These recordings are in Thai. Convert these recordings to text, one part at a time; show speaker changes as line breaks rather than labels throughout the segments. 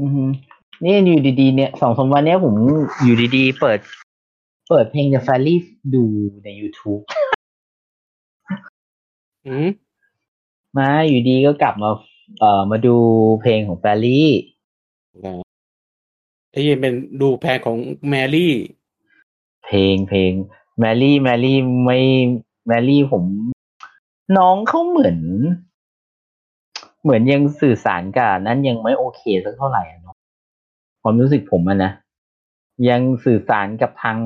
อือฮึนี่อยู่ดีๆ เนี่ยสองสามวันเนี้ยผมอยู่ดีๆ เปิด เปิดเพลง The f a i r y ดูใน YouTube
อืม
มาอยู่ดีก็กลับมาเอ่อมาดูเพลงของ f a i r y
ไอ้ยินเป็นดูแพงของแมรี่
เพลงเพลง แมรี่แมรี่ไม่แมรี่ผม น้องเขาเหมือน เหมือนยังสื่อสารกับนั้นยังไม่โอเคสักเท่าไหร่อะเนาะความรู้สึกผมอะนะ ยังสื่อสารกับทาง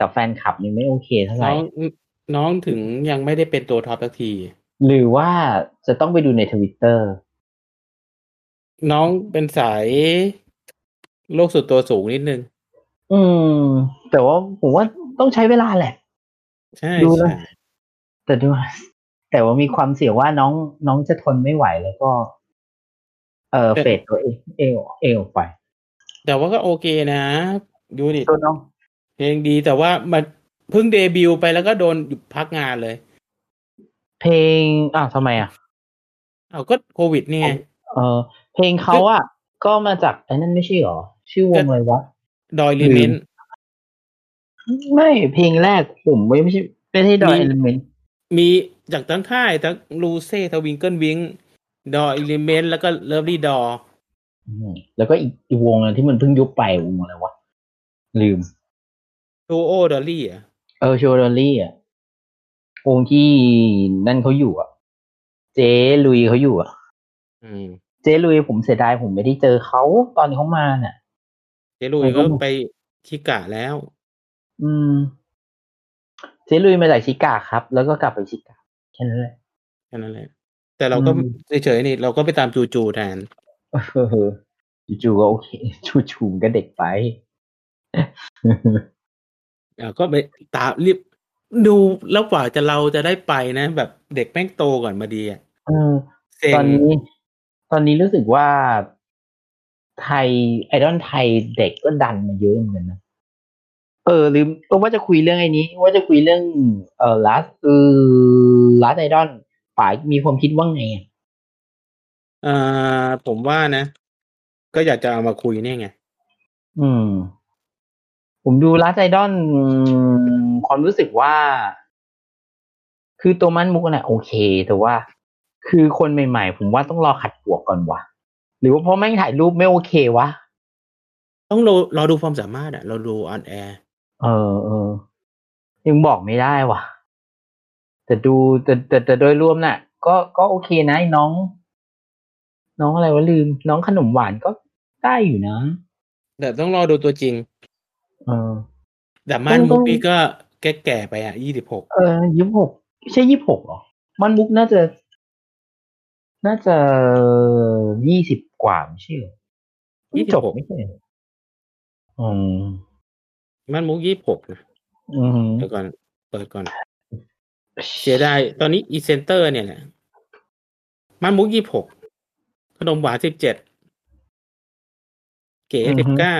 กับแฟนคลับยังไม่โอเคเท่าไห
น้
ร่
องน้องถึงยังไม่ได้เป็นตัวท็อปสักที
หรือว่าจะต้องไปดูในทวิตเตอร์
น้องเป็นสายโลกสุดตัวสูงนิดนึง
อืม แต่ว่าผมว่าต้องใช้เวลาแหละ
ใช่
ดูนะ
ใช่
แต่ดูแต่ว่ามีความเสี่ยงว่าน้องน้องจะทนไม่ไหวแล้วก็ เออเฟดตัวเองเอวเอวไป
แต่ว่าก็โอเคนะ ดูดิ
ตัวน้อง
เพลงดีแต่ว่ามันเพิ่งเดบิวต์ไปแล้วก็โดนหยุดพักงานเลย
เพลงอ้าวทำไมอ่ะ
เอาก็โควิดนี่ไง
เออ เพลงเขาอ่ะ ก็มาจากไอ้นั่นไม่ใช่หรอ ชื่อวงอะไรวะ
ดอยลิเมน
ไม่เพลงแรกผมไม่ไม่ใช่ไม่ใช่ดอย
มี
เอลิเมนต์
มีจากทั้งค่ายทั้งลูเซ่ทวิงเกิลวิงดอยลิเมนแล้วก็เลิฟลี่ดอ
แล้วก็อีกอีกวงหนึงที่มันเพิ่งยุบไปวงอะไรวะ ลืม
ดูโอดอลลี่อ่ะ
เออโชว์ดอลลี่อ่ะวงที่นั่นเขาอยู่อ่ะ เจลุยเขาอยู่อ่ะ
อืม
เจลุยผมเสียดายผมไม่ได้เจอเขาตอนเขามาน่ะ
เจลุย
ผมก็
ก็ไปชิกะแล้ว
อืม เจลุยมาจากชิกาครับ แล้วก็กลับไปชิกาแค่นั้นแหละ
แค่นั้นแหละ แต่เราก็
อืม
เฉยๆนี่ เราก็ไปตามจูจูแทน
เออจู่ๆก็โอเค จู่ๆก็เด็กไป
เอ่อก็ไปตามรีบดูแล้วกว่าจะเราจะได้ไปนะ แบบเด็กแม่งโตก่อนมาดีอ่ะ
เออ
เซ็
ตอง นนี้ ตอนนี้รู้สึกว่าไทยไอดอลไทยเด็กก็ดันมาเยอะเหมือนกันนะ เออลืมเออว่าจะคุยเรื่องไอ้นี้ ว่าจะคุยเรื่อง เออลัสเออลัสไอดอลป๋ายมีความคิดว่าไงอะ
เอ่อผมว่านะ ก็อยากจะเอามาคุยเนี่ยไง
อืม ผมดูลัสไอดอลความรู้สึกว่า คือตัวมันมุกน่ะโอเค แต่ว่า คือคนใหม่ๆ ผมว่าต้องรอขัดปวกก่อนวะหรือว่าเพราะแม่งถ่ายรูปไม่โอเควะ
ต้องรอรอดูความสามารถอ่ะ เราดูออนแอร์
เออเออยังบอกไม่ได้ว่ะ แต่ดูแต่แต่แต่โดยรวมน่ะ ก็ก็โอเคนะไอ้น้อง น้องอะไรวะลืม น้องขนมหวานก็ได้อยู่นะ
แต่ต้องรอดูตัวจริง
เออ
แต่ม่าน
ต้องต้อ
มุ
ง
กนี่ก็แก่แก่ๆไปอ่ะยี่สิบหก
เออยี่สิบหกใช่ยี่สิบหกหรอ มันมุกน่าจะ น่าจะยี่สิบกว่าไม่ใช่เหรอ
ยี่สิ
จ
บบ หก
ไม่ใช่เหรออืม
ม่านมุกยี่สิบหกนะ
อืม
เดี๋ยวก่อนเปิดก่อน เสียดายตอนนี้อีเซนเตอร์เนี่ยแหละมันมุกยี่หกขนมหวานสิบเจ็ดเก๋สิบเก้า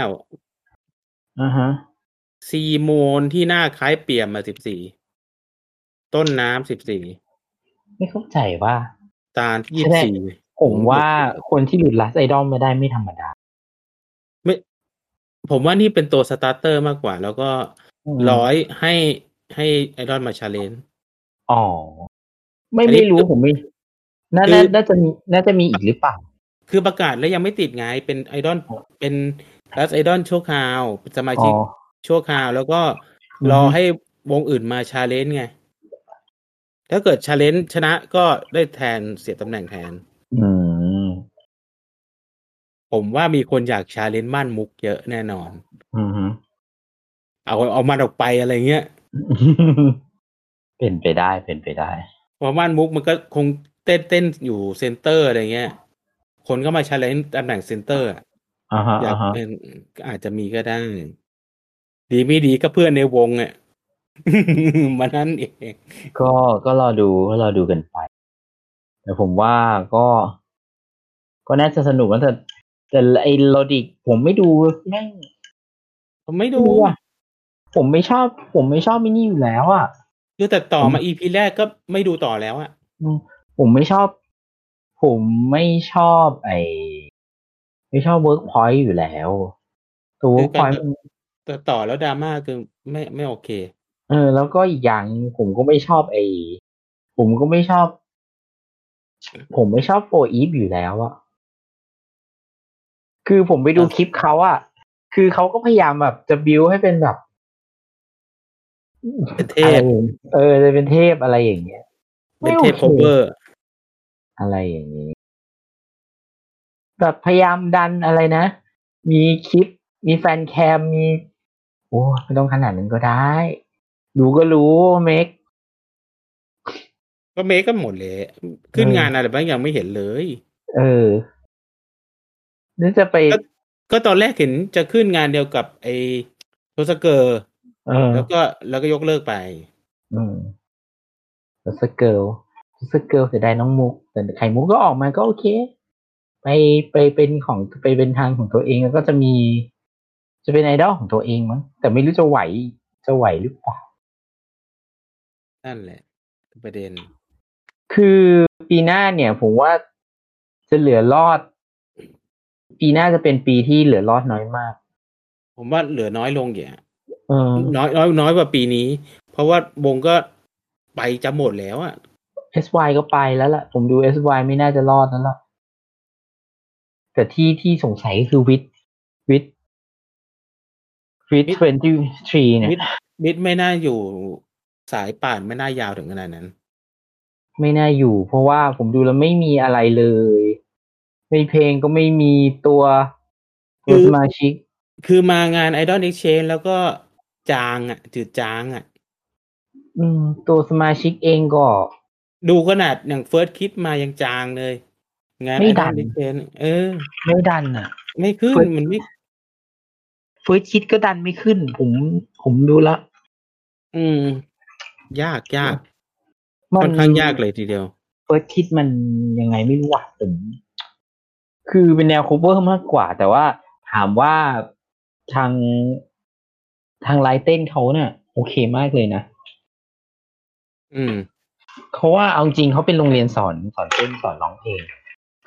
อ่าฮะ
ซีโมนที่หน้าคล้ายเปี่ยมมาสิบสี่ต้นน้ำสิบสี่
ไม่เข้าใจว่า
ตาลยี่สี่
ผมว่าคนที่หลุดลัสไอดอลมาได้ไม่ธรรมดา
ไม่ผมว่านี่เป็นตัวสตาร์เตอร์มากกว่า แล้วก็ร้อยให้ให้ไอรอนมาชาเลน
อ๋อ ไม่
อันนี้
ไม่รู้ผมไม่น่า
คือ
น่าน่าจะมีน่าจะมีอีกหรือเปล่า
คือประกาศแล้วยังไม่ติดไงเป็นไอดอลเป็นรัสไอดอลชั่วคราวเป็นสมา
อ๋
ชิ
อ
ก ชั่วคราวแล้วก็
อือฮึ
รอให้วงอื่นมาชาเลนจ์ไง ถ้าเกิดชาเลนจ์ชนะก็ได้แทนเสียตำแหน่งแทน
อืม
ผมว่ามีคนอยากชาเลนจ์ม่านมุกเยอะแน่นอน
อืม
เอาเอามันออกไปอะไรเงี้ย
เป็นไปได้เป็นไปได้
เพราะม่านมุกมันก็คงเต้นเต้นอยู่เซนเตอร์อะไรเงี้ย คนก็มาชาเลนจ์ตำแหน่งเซนเตอร์อะ
อ่าฮะ
อยาก
อ่าฮะ
เป็นก็อาจจะมีก็ได้ ดีไม่ดีก็เพื่อนในวงอ่ะ มันนั่นเอง
ก็ก็รอดูก็รอดูกันไป แต่ผมว่าก็ ก็น่าจะสนุกนะแต่แต่ไอ้โลดิกผมไม่ดูแม่ง
ผมไม่
ไม่
ดู
รู้อ่ะผมไม่ชอบ ผมไม่ชอบมินี่อยู่แล้วอ่ะ
คือแต่ต่อมาอีพีแรกก็ไม่ดูต่อแล้วอะ
อืมผมไม่ชอบ ผมไม่ชอบไอ้ ไม่ชอบเวิร์กพอยต์อยู่แล้วตัวเวิร์กพอยต์มัน
ต่อต่อแล้วดราม่าคือไม่ไม่โอเค
เออแล้วก็อีกอย่างหนึ่งผมก็ไม่ชอบไอ้ผมก็ไม่ชอบ ผมไม่ชอบโออีฟอยู่แล้วอะคือผมไปดูคลิปเขาอะคือเขาก็พยายามแบบจะบิวให้เป็นแบบ
เป็นเท
อะไร
พ
อย่างเออจะเป็นเทพอะไรอย่างเงี้ย
เป็
ไม่
น
โอ
เทพ
เค
โคเวอร์
อะไรอย่างนี้แบบพยายามดันอะไรนะ มีคลิป มีแฟนแคมมี โอ้ไม่ต้องขนาดนั้นก็ได้ ดูก็รู้เมค
ก็เมคก็หมดเลย ขึ้น
เออ
งานอะไรบ้างยังไม่เห็นเลย
เออนี่จะไป
ก็ ก็ตอนแรกเห็นจะขึ้นงานเดียวกับไอ้โทสเกอร์
เออ
แล้วก็แล้วก็ยกเลิกไป
อืมแล้วสเกิลสเกิลเสียดายน้องมุก แต่ไข่มุกก็ออกมาก็โอเค ไปไปเป็นของไปเป็นทางของตัวเองแล้วก็จะมี จะเป็นไอดอลของตัวเองมั้งแต่ไม่รู้จะไหว จะไหวหรือเปล่า
นั่นแหละคือประเด็น
คือปีหน้าเนี่ย ผมว่าจะเหลือรอด ปีหน้าจะเป็นปีที่เหลือรอดน้อยมาก
ผมว่าเหลือน้อยลงอย่าง
เออ
น้อยน้อยน้อยกว่าปีนี้ เพราะว่าวงก็ไปจะหมดแล้วอะ
SY ก็ไปแล้วล่ะ ผมดู SY ไม่น่าจะรอดแล้วล่ะ แต่ที่ที่สงสัยก็คือวิทวิทวิท
With
ทเวนตี้ทรีเนี่ย
มิดมิดไม่น่าอยู่สายป่านไม่น่ายาวถึงขนาดนั้น
ไม่น่าอยู่ เพราะว่าผมดูแล้วไม่มีอะไรเลย ไม่เพลงก็ไม่มีตัว
คื
ตัว
อ
สมาชิก
คือมางานไอดอลเอ็กชแนนแล้วก็จางอะจืดจางอะ
อืม ตัวสมาชิกเองก็
ดูขนาดอย่างเฟิร์สคิดมายังจางเลย งาน
ไม่
ไอ
ดั
ดอน ลเอ็กชแนนเออ
ไม่ดันอ่ะ
ไม่ขึ้น
First
มันไม่
ฟื้นคิดก็ดันไม่ขึ้น ผมผมดูแล้ว
อืม ยากยากค่อนข้างยากเลยทีเดียว
เฟิร์สคิดมันยังไงไม่รู้อ่ะผมคือเป็นแนว cover มากกว่า แต่ว่าถามว่าทางทางไลน์เต้นเขาเนี่ยโอเคมากเลยนะ
อืม
เขาว่าเอาจริงเขาเป็นโรงเรียนสอนสอนเต้นสอนร้องเพลง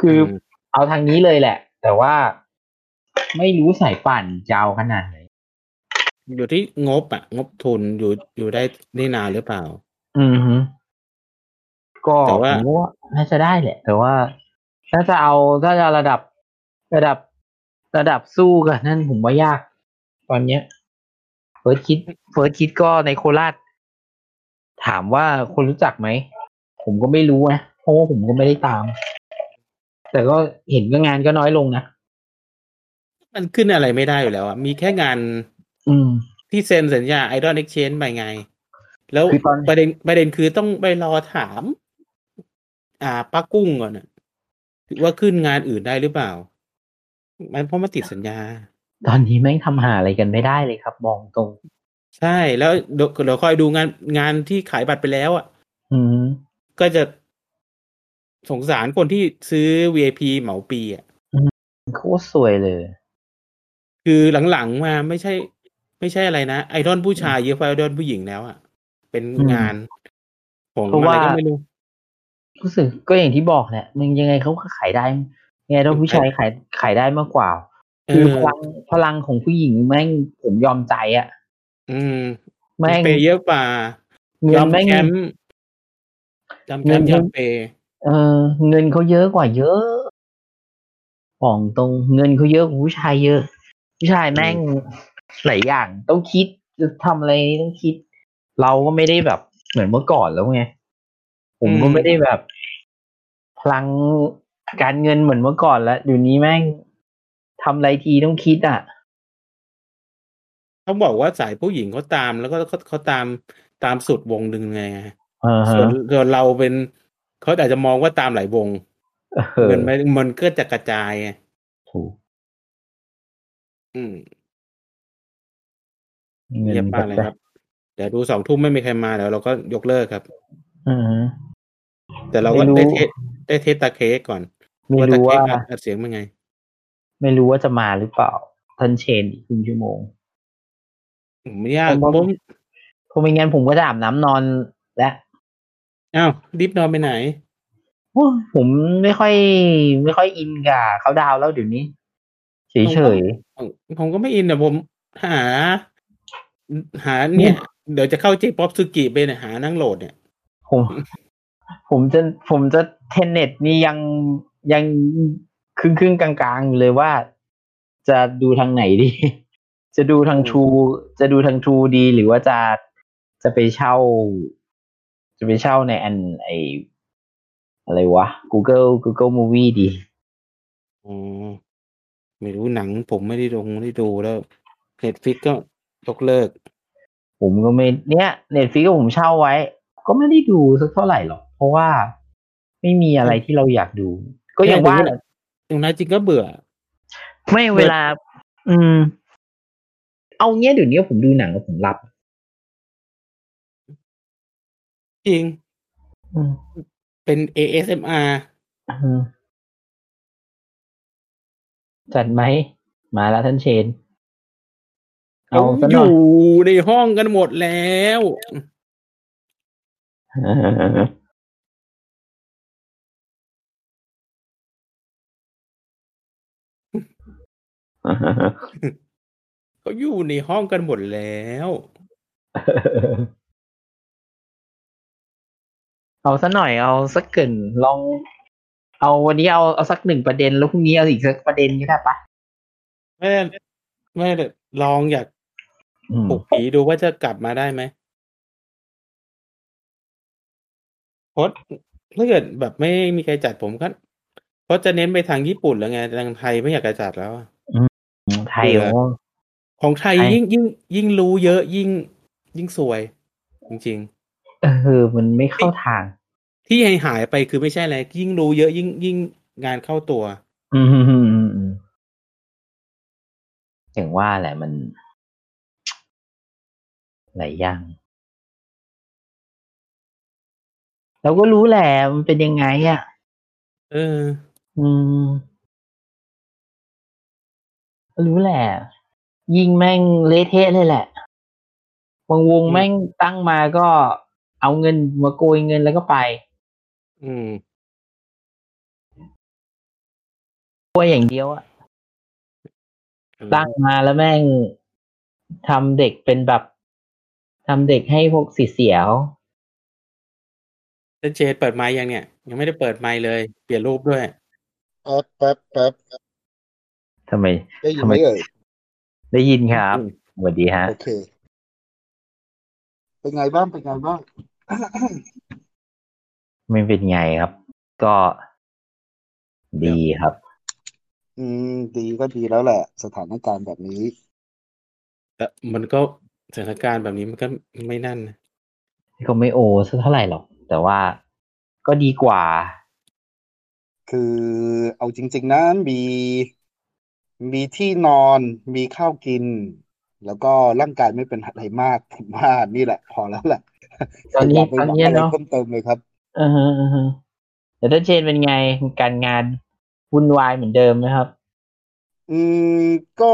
คืออ
ม
เอาทางนี้เลยแหละ แต่ว่าไม่รู้สายปั่นยาวขนาดไหน
อยู่ที่งบอะงบทุนอยู่อยู่ได้ได้นานหรือเปล่า
อือฮึก็
แต่ว่า
ผมว่าน่าจะได้แหละ แต่ว่าถ้าจะเอาถ้าจะระดับระดับระดับสู้กับนั่นผมว่ายาก ตอนเนี้ยเฟิร์สคิดเฟิร์สคิดก็ในโคราชถามว่าคนรู้จักไหม ผมก็ไม่รู้นะเพราะว่าผมก็ไม่ได้ตาม แต่ก็เห็นก็งานก็น้อยลงนะ
มันขึ้นอะไรไม่ได้อยู่แล้วอะมีแค่งาน
อืม
ที่เซ็นสัญญาไอดอลเอ็กชแนนไปไง แล้ว
คือตอน
ประเด็นประเด็นคือต้องไปรอถาม อ่าป้ากุ้งก่อนน่ะว่าขึ้นงานอื่นได้หรือเปล่า มันเพราะมันติดสัญญา
ตอนนี้แม่งทำหาอะไรกันไม่ได้เลยครับมองตรง
ใช่แล้วเดี๋ยวเดี๋ยวคอยดูงานงานที่ขายบัตรไปแล้วอ่ะ
อืม
ก็จะสงสารคนที่ซื้อ VIP เหมาปีอ่ะ
โคตรสวยเลย
คือหลังๆมาไม่ใช่ ไม่ใช่อะไรนะไอดอลผู้ชายเยอะกว่าไอดอลผู้หญิงแล้วอ่ะ เป็นงานของ
เพราะ
อะ
ว่า
ไรก็ไม่รู้
รู้สึกก็อย่างที่บอกแหละมันยังไงเขาก็ขายได้ยังไงต้องผู้ชายขายขายได้มากกว่า
เอ
คือ
อ
พลังพลังของผู้หญิงแม่งผมยอมใจอะ
อืม
แม่ง
เปย์เยอะกว่า
เงิ
ยอน ม
แม่ง
แคมป์ยอมแคมป์
เงิน
ยอมเปย์
เออเงินเขาเยอะกว่าเยอะของตรงเงินเขาเยอะกว่าผู้ชายเยอะ ผู้ชายแม่งหลายอย่างต้องคิดจะทำอะไรต้องคิด เราก็ไม่ได้แบบเหมือนเมื่อก่อนแล้วไงผมก็ไม่ได้แบบ พลังการเงินเหมือนเมื่อก่อนแล้วเดี๋ยวนี้แม่งทำอะไรทีต้องคิดอ่ะ
เขาบอกว่าสายผู้หญิงเขาตามแล้วก็เขาเขาตามตามสุดวงหนึ่งไง
เออฮะ
ส่วนส่วนเราเป็นเขาอาจจะมองว่าตามหลายวง
เออ
มันไม่มันก็จะกระจายไง
ถูก
อืม
เงิน
เยี่ยมมากเลยครับ เดี๋ยวดูสองทุ่มไม่มีใครมาเดี๋ยวเราก็ยกเลิกครับ
อือฮะ
แต่เราก็
ไม่รู้
ได้เทสได้เทสตาเค้กก่อน
ไม่
ตา
รู้
เค้ก
ว่า
อัดอัดเสียงเป็นไง
ไม่รู้ว่าจะมาหรือเปล่าทันเชนอีกครึ่งชั่วโมง
ไม่ยาก
ผมว่า
ผม
เพราะไม่งั้นผมก็จะอาบน้ำนอนและ
อ้าวรีบนอนไปไหน
โอ้ยผมไม่ค่อย ไม่ค่อยอินกับเขาดาวน์แล้วเดี๋ยวนี้ เฉย
ผมผมก็ไม่อินแต่ผมหา หาเนี่ย เดี๋ยวจะเข้า J-POP อปซูกิไปเนี่ยหานั่งโหลดเนี่ย
ๆผม ผมจะผมจะเทนเน็ตนี่ยังยังครึ่งครึ่งๆกลางๆอยู่เลยว่า จะดูทางไหนดี จะดูทาง
อืม
ทูจะดูทางทูดี หรือว่าจะจะไปเช่า จะไปเช่าในอันไออะไรวะ Google Google Movie ดี
อ๋อไม่รู้หนังผมไม่ได้ลงไม่ได้ดูแล้วเน็ตฟิกก็ยกเลิก
ผมก็ไม่เนี่ยเน็ตฟ i ิกผมเช่าไว้ ก็ไม่ได้ดูสักเท่าไหร่หรอก เพราะว่าไม่มีอะไรที่เราอยากดู ก็ยังว่าแหละ
อย่างนั้นจริงก็เบื่อ
ไม่เวลา อืม เอาเงี้ยเดี๋ยวนี้ผมดูหนังแล้วผมหลับ
จริง
อืม
เป็น ASMR
อืมจัดไหม มาแล้วท่านเชน เอา
เขา
ซะ
อ
หน่อย
ยู่ในห้องกันหมดแล้ว เขาอยู่ในห้องกันหมดแล้ว
เอาซะหน่อยเอาสักเกรินลอง เอาวันนี้เอาเอาสักหนึ่งประเด็นแล้วพรุ่งนี้เอาอีกสักประเด็นก็ได้ปะ
ไม่ได้ไม่ได้ลองอยาก
อืม
ปลุกผีดูว่าจะกลับมาได้ไหมเพราะถ้าเกิดแบบไม่มีใครจัดผมก็เพราะจะเน้นไปทางญี่ปุ่นแล้วไงทางไทยไม่อยากจะจัดแล้วอะ
ไทย
เบื่อ
โอ้
ของไทย
ไทย
ยิ่งยิ่งยิ่งรู้เยอะยิ่ง ยิ่งสวย จริง
เออมันไม่เข้าทาง
ๆ ที่หายหายไปคือไม่ใช่อะไรยิ่งรู้เยอะยิ่งยิ่งงานเข้าตัว
อืมอย่างว่าแหละมันหลายอย่างเราก็รู้แหละมันเป็นยังไงอ่ะ
เออ
อืม รู้แหละ ยิงแม่งเละเทะเลยแหละวงวง
อืม
แม่งตั้งมาก็เอาเงินมาโกยเงินแล้วก็ไป
อืม
กลัวอย่างเดียวอะตั้งมาแล้วแม่งทำเด็กเป็นแบบทำเด็กให้พวกสีเสียว
เจนเจนเปิดไมค์ยังเนี่ย ยังไม่ได้เปิดไมค์เลย เปลี่ยนรูปด้วย
แป๊บแป๊บแป๊บ
ทำไม
ได้ยินไหมเอ่ย
ได้ยินครับสวัสดีฮะ
โอเค เป็นไงบ้าง เป็นไงบ้าง
ไม่เป็นไงครับ ก็ ดีครับ
อืม ดีก็ดีแล้วแหละ สถานการณ์แบบนี้
แต่มันก็สถานการณ์แบบนี้มันก็ไม่นั่นนะ
ก็ไม่โอสักเท่าไหร่หรอก แต่ว่าก็ดีกว่า
คือเอาจริง ๆนะมีมีที่นอน มีข้าวกิน แล้วก็ร่างกายไม่เป็นอะไรมากผมว่านี่แหละ พอแล้วแหละ
ตอนนี้
ย่าไป
ตอน
หวัง
นี้
อะไร
เนาะ
เพิ่มเติมเลยครับ
เออฮะอือฮะแต่ถ้าเชนเป็นไงการงานวุ่นวายเหมือนเดิมไหมครับ
อืม ก็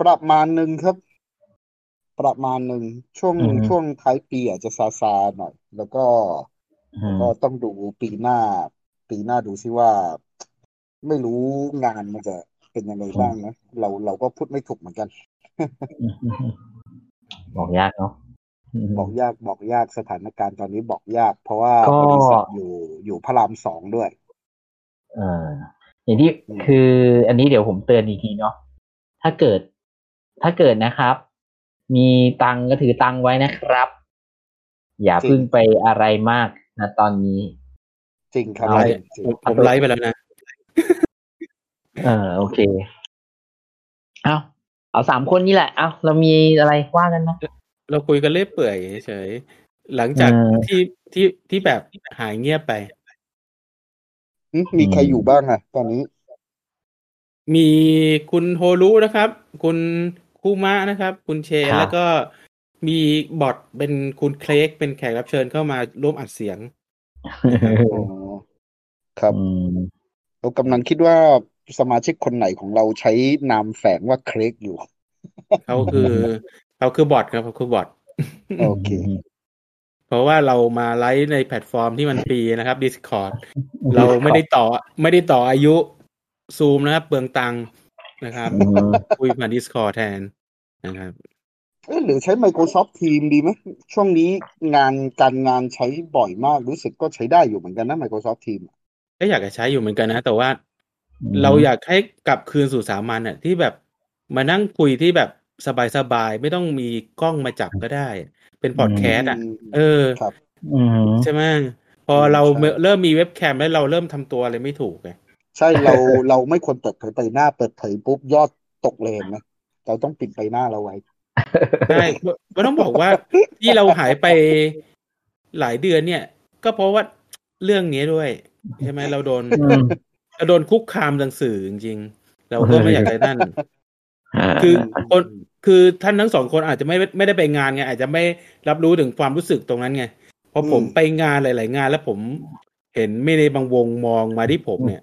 ประมาณหนึ่งครับ ประมาณหนึ่งช่วง
อืม
ช่วงท้ายปีอาจจะซาซาหน่อย แล้วก็
อืม
ก็ต้องดูปีหน้า ปีหน้าดูซิว่า ไม่รู้งานมันจะเป็นยังไงบ้างนะเราเราก็พูดไม่ถูกเหมือนกัน
บอกยากเนาะอืม
บอกยากบอกยากสถานการณ์ตอนนี้บอกยาก เพราะว่า
ก็
บริษัทอยู่อยู่พระรามสองด้วย
เอออย่างที่
อืม
คืออันนี้เดี๋ยวผมเตือนอีกทีเนาะถ้าเกิด ถ้าเกิดนะครับ มีตังค์ก็ถือตังค์ไว้นะครับ อย่าเพึ่งไปอะไรมากนะตอนนี้
จริงครับ
เอา
ไลฟ์
จริงจริง
ผมผมไลฟ์ไปแล้วนะ
เออโอเค เอาเอาสามคนนี่แหละ เอาเรามีอะไรว่ากันนะ
เราคุยกันเรื่อยเปื่อยเฉยๆหลังจาก
เออ
ที่ที่ที่แบบหายเงียบไป
อืมมีใครอยู่บ้างอะตอนนี้
มีคุณโฮรุนะครับ คุณคูมะนะครับ คุณเชน
ครับ
แล้วก็มีบอทเป็นคุณเคลกเป็นแขกรับเชิญเข้ามาร่วมอัดเสียง
อ๋อครับ
อืม
เรากำลังคิดว่าสมาชิกคนไหนของเราใช้นามแฝงว่าเครกอยู่
เขาคือเขาคือบอทครับเขาคือบอท
โอเค
เพราะว่าเรามาไลฟ์ในแพลตฟอร์มที่มันฟรีนะครับ Discord เราไม่ได้ต่อไม่ได้ต่ออายุ ซูมนะครับ เปลืองตังค์นะครับ
อืม
คุยผ่าน Discord แทนนะครับ
เอ้ยหรือใช้ Microsoft Team ดีไหมช่วงนี้งานการงานใช้บ่อยมากรู้สึกก็ใช้ได้อยู่เหมือนกันนะ Microsoft Team
ก็อยากจะใช้อยู่เหมือนกันนะ แต่ว่าเราอยากให้กลับคืนสู่สามัญอ่ะที่แบบมานั่งคุยที่แบบสบายๆ ไม่ต้องมีกล้องมาจับก็ได้ เป็นพอดแคสต์อ่ะ เออ
ครับ
อืม
ใช่ไหมพอเรา
ใช่
เริ่มมีเว็บแคมแล้วเราเริ่มทำตัวอะไรไม่ถูกไง
ใช่เรา เราไม่ควรเปิดเผยใบหน้าเปิดเผยปุ๊บยอดตกเลนนะเราต้องปิดใบหน้าเราไว้
ใช่ ก็ต้องบอกว่าที่เราหายไปหลายเดือนเนี่ย ก็เพราะว่าเรื่องนี้ด้วย ใช่ไหมเราโดน เราโดนคุกคามทางสื่อจริงๆ เราก็ไม่อยากจะนั่น คือคนคือท่านทั้งสองคนอาจจะไม่ไม่ได้ไปงานไงอาจจะไม่รับรู้ถึงความรู้สึกตรงนั้นไงพอผม
อืม
ไปงานหลาย ๆ งาน แล้วผมเห็นไม่ในบางวงมองมาที่ผมเนี่ย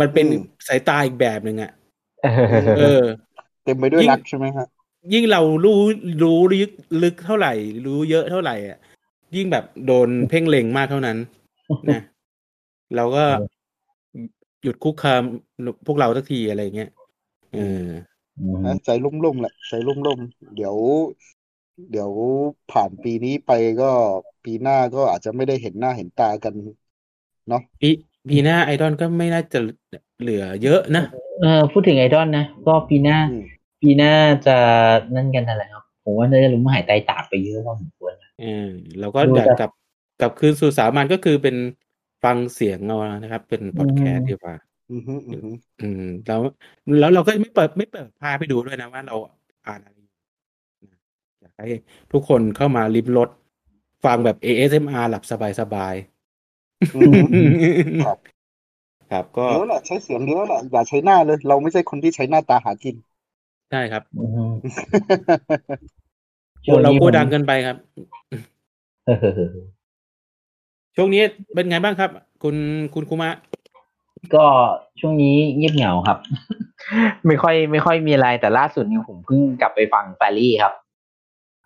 มันเป็น
อืม
สายตาอีกแบบหนึ่งอ่ะ
เออ
เออ
เต็มไปด้วย
ยิ่ง
รักใช่ไหมฮะ
ยิ่งเรารู้รู้ลึกลึกเท่าไหร่ รู้เยอะเท่าไหร่อ่ะยิ่งแบบโดนเพ่งเล็งมากเท่ านั้นนะเราก็หยุดคุกคามพวกเราสักทีอะไรอย่างเงี้ยเออ
นะใจรุ่มๆแหละใจรุ่มๆเดี๋ยว เดี๋ยวผ่านปีนี้ไปก็ปีหน้าก็อาจจะไม่ได้เห็นหน้าเห็นตากันเนาะ
ปีปีหน้าไอดอลก็ไม่น่าจะเหลือเยอะนะ
เออพูดถึงไอดอลนะ ก็ปีหน้า
อืม
ปีหน้าจะนั่นกันอะไรครับ ผมว่าน่าจะรู้มหายใจตากไปเยอะพอสมควรนะ
เออเราก็
ดู
อยาก
แต่
กลับกลับคืนสู่สามัญก็คือเป็นฟังเสียงเอานะครับ เป็นพอดแคสต์
อืม
ดีกว่า
อือฮึอือฮึ
อืม แล้วแล้วเราก็ไม่เปิดไม่เปิดพาไปดูด้วยนะว่าเราอ่านอะไรอยู่นะอยากให้ทุกคนเข้ามาริมรถฟังแบบ ASMR หลับสบายสบาย
อือฮึ
ๆ
ครับ
ครับก็
เดี๋ยวแหละใช้เสียงเดี๋ยวแหละอย่าใช้หน้าเลย เราไม่ใช่คนที่ใช้หน้าตาหา กิน
ใช่ครับ
อืม
กลัวเรากลัวดังเกินไปครับ
เออ
ช่วงนี้เป็นไงบ้างครับ คุณคุณคุมะ
ก็ช่วงนี้เงียบเหงาครับ ไม่ค่อยไม่ค่อยมีอะไรแต่ล่าสุดนี่ผมเพิ่งกลับไปฟังแฟรี่ครับ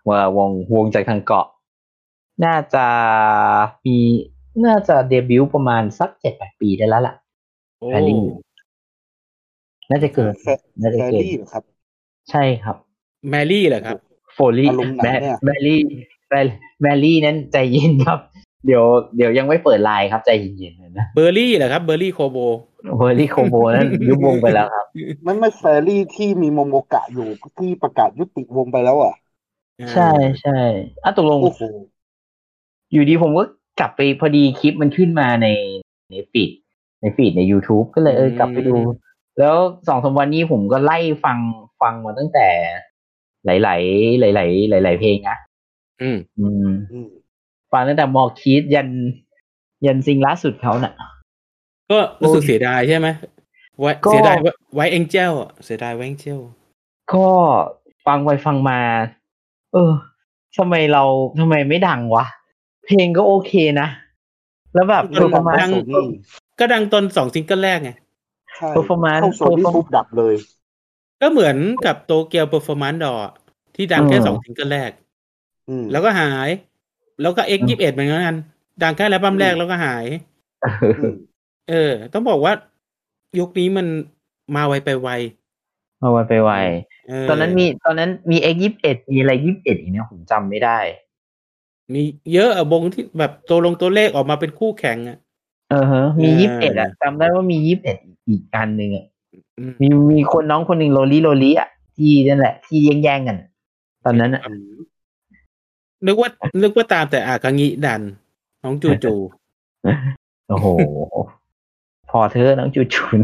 ว่าวงวงจากทางเกาะ น่าจะมีน่าจะเดบิวต์ประมาณสักเจ็ดแปดปีได้แล้วล่ะ
โอ้
แพรรี่ น่าจะเกิน
แฟ
น่าจะ
แฟร
เกิน
รี่เหรอครับ
ใช่ครับ
แมรี่เหรอครับ
โฟลี่
อารมณ์ไหน
แม
เนี่ย
แมรี่แมแมรี่นั้นใจเย็นครับ เดี๋ยวเดี๋ยวยังไม่เปิดไลน์ครับใจเย็นๆนะ
เบอร์รี่เหรอครับ เบอร์รี่โคโบ
เวอร์ลี่โคโบนั้นยุบวงไปแล้วครับ
ไม่ไม่แฟรรี่ที่มีโมโมกะอยู่ที่ประกาศยุติวงไปแล้วอ่ะ
ใช่ใช่อ่ะตกลง
โอ้โห
อยู่ดีผมก็กลับไปพอดีคลิปมันขึ้นมาในในฟีดในฟีดใน YouTube ก็เลยเออ
อืม
กลับไปดู แล้วสองสามวันนี้ผมก็ไล่ฟังฟังมาตั้งแต่ หลาย ๆ หลาย ๆ หลาย ๆ เพลงนะ
อืม
อืม
อืม
ฟังตั้งแต่มอร์คีดยัน ยันซิงล่าสุดเขาน่ะ
ก็รู้สึกเสียดายใช่ไหมไว้
ก็
เสียดายไว้ไว้เอ็งเจลอะเสียดายไว้เอ็งเจล
ก็ฟังไปฟังมา เออทำไมเราทำไมไม่ดังวะ เพลงก็โอเคนะ แล้วแบบเปอร์ฟอร์มาน นซ์
โซนี่
ก็ดังตอนสองซิงเกิลแรกไง
ใช่
เปอร์ฟอร์มาน
เข้า
ซ์
โซนี่ปุ๊บดับเลย
ก็เหมือนกับโตเกียวเปอร์ฟอร์มานซ์ดอะที่ดังแค่สองซิงเกิลแรก
อืม
แล้วก็หาย แล้วก็เอ็กยี่สิบเอ็ดเหมือนกัน ดังแค่แล้วบัมแรกแล้วก็หาย
อืม
เออ ต้องบอกว่า ยุคนี้มันมาไวไปไว
เอาไว้ไปไว
เ
ตอนนั้นมีตอนนั้นมีเอ็กยี่สิบเอ็ดมีอะไรยี่สิบเอ็ดอีกเนี่ยผมจำไม่ได้
มีเยอะอะวงที่แบบตัวลงตัวเลขออกมาเป็นคู่แข่งอะ
เออฮะมี
เออ
ยี่สิบเอ็ดอะจำได้ว่ามียี่สิบเอ็ดอีกอันหนึ่งอะ
อืม
มีมีคนน้องคนหนึ่งโลลิโลลิอะที่นั่นแหละ ที่แย่งแย่งๆกันอะตอนนั้นอะ
นึกว่านึกว่าตามแต่อากางิดัน น้องจูจู
โอ้โห พอเธอะน้องจูจูน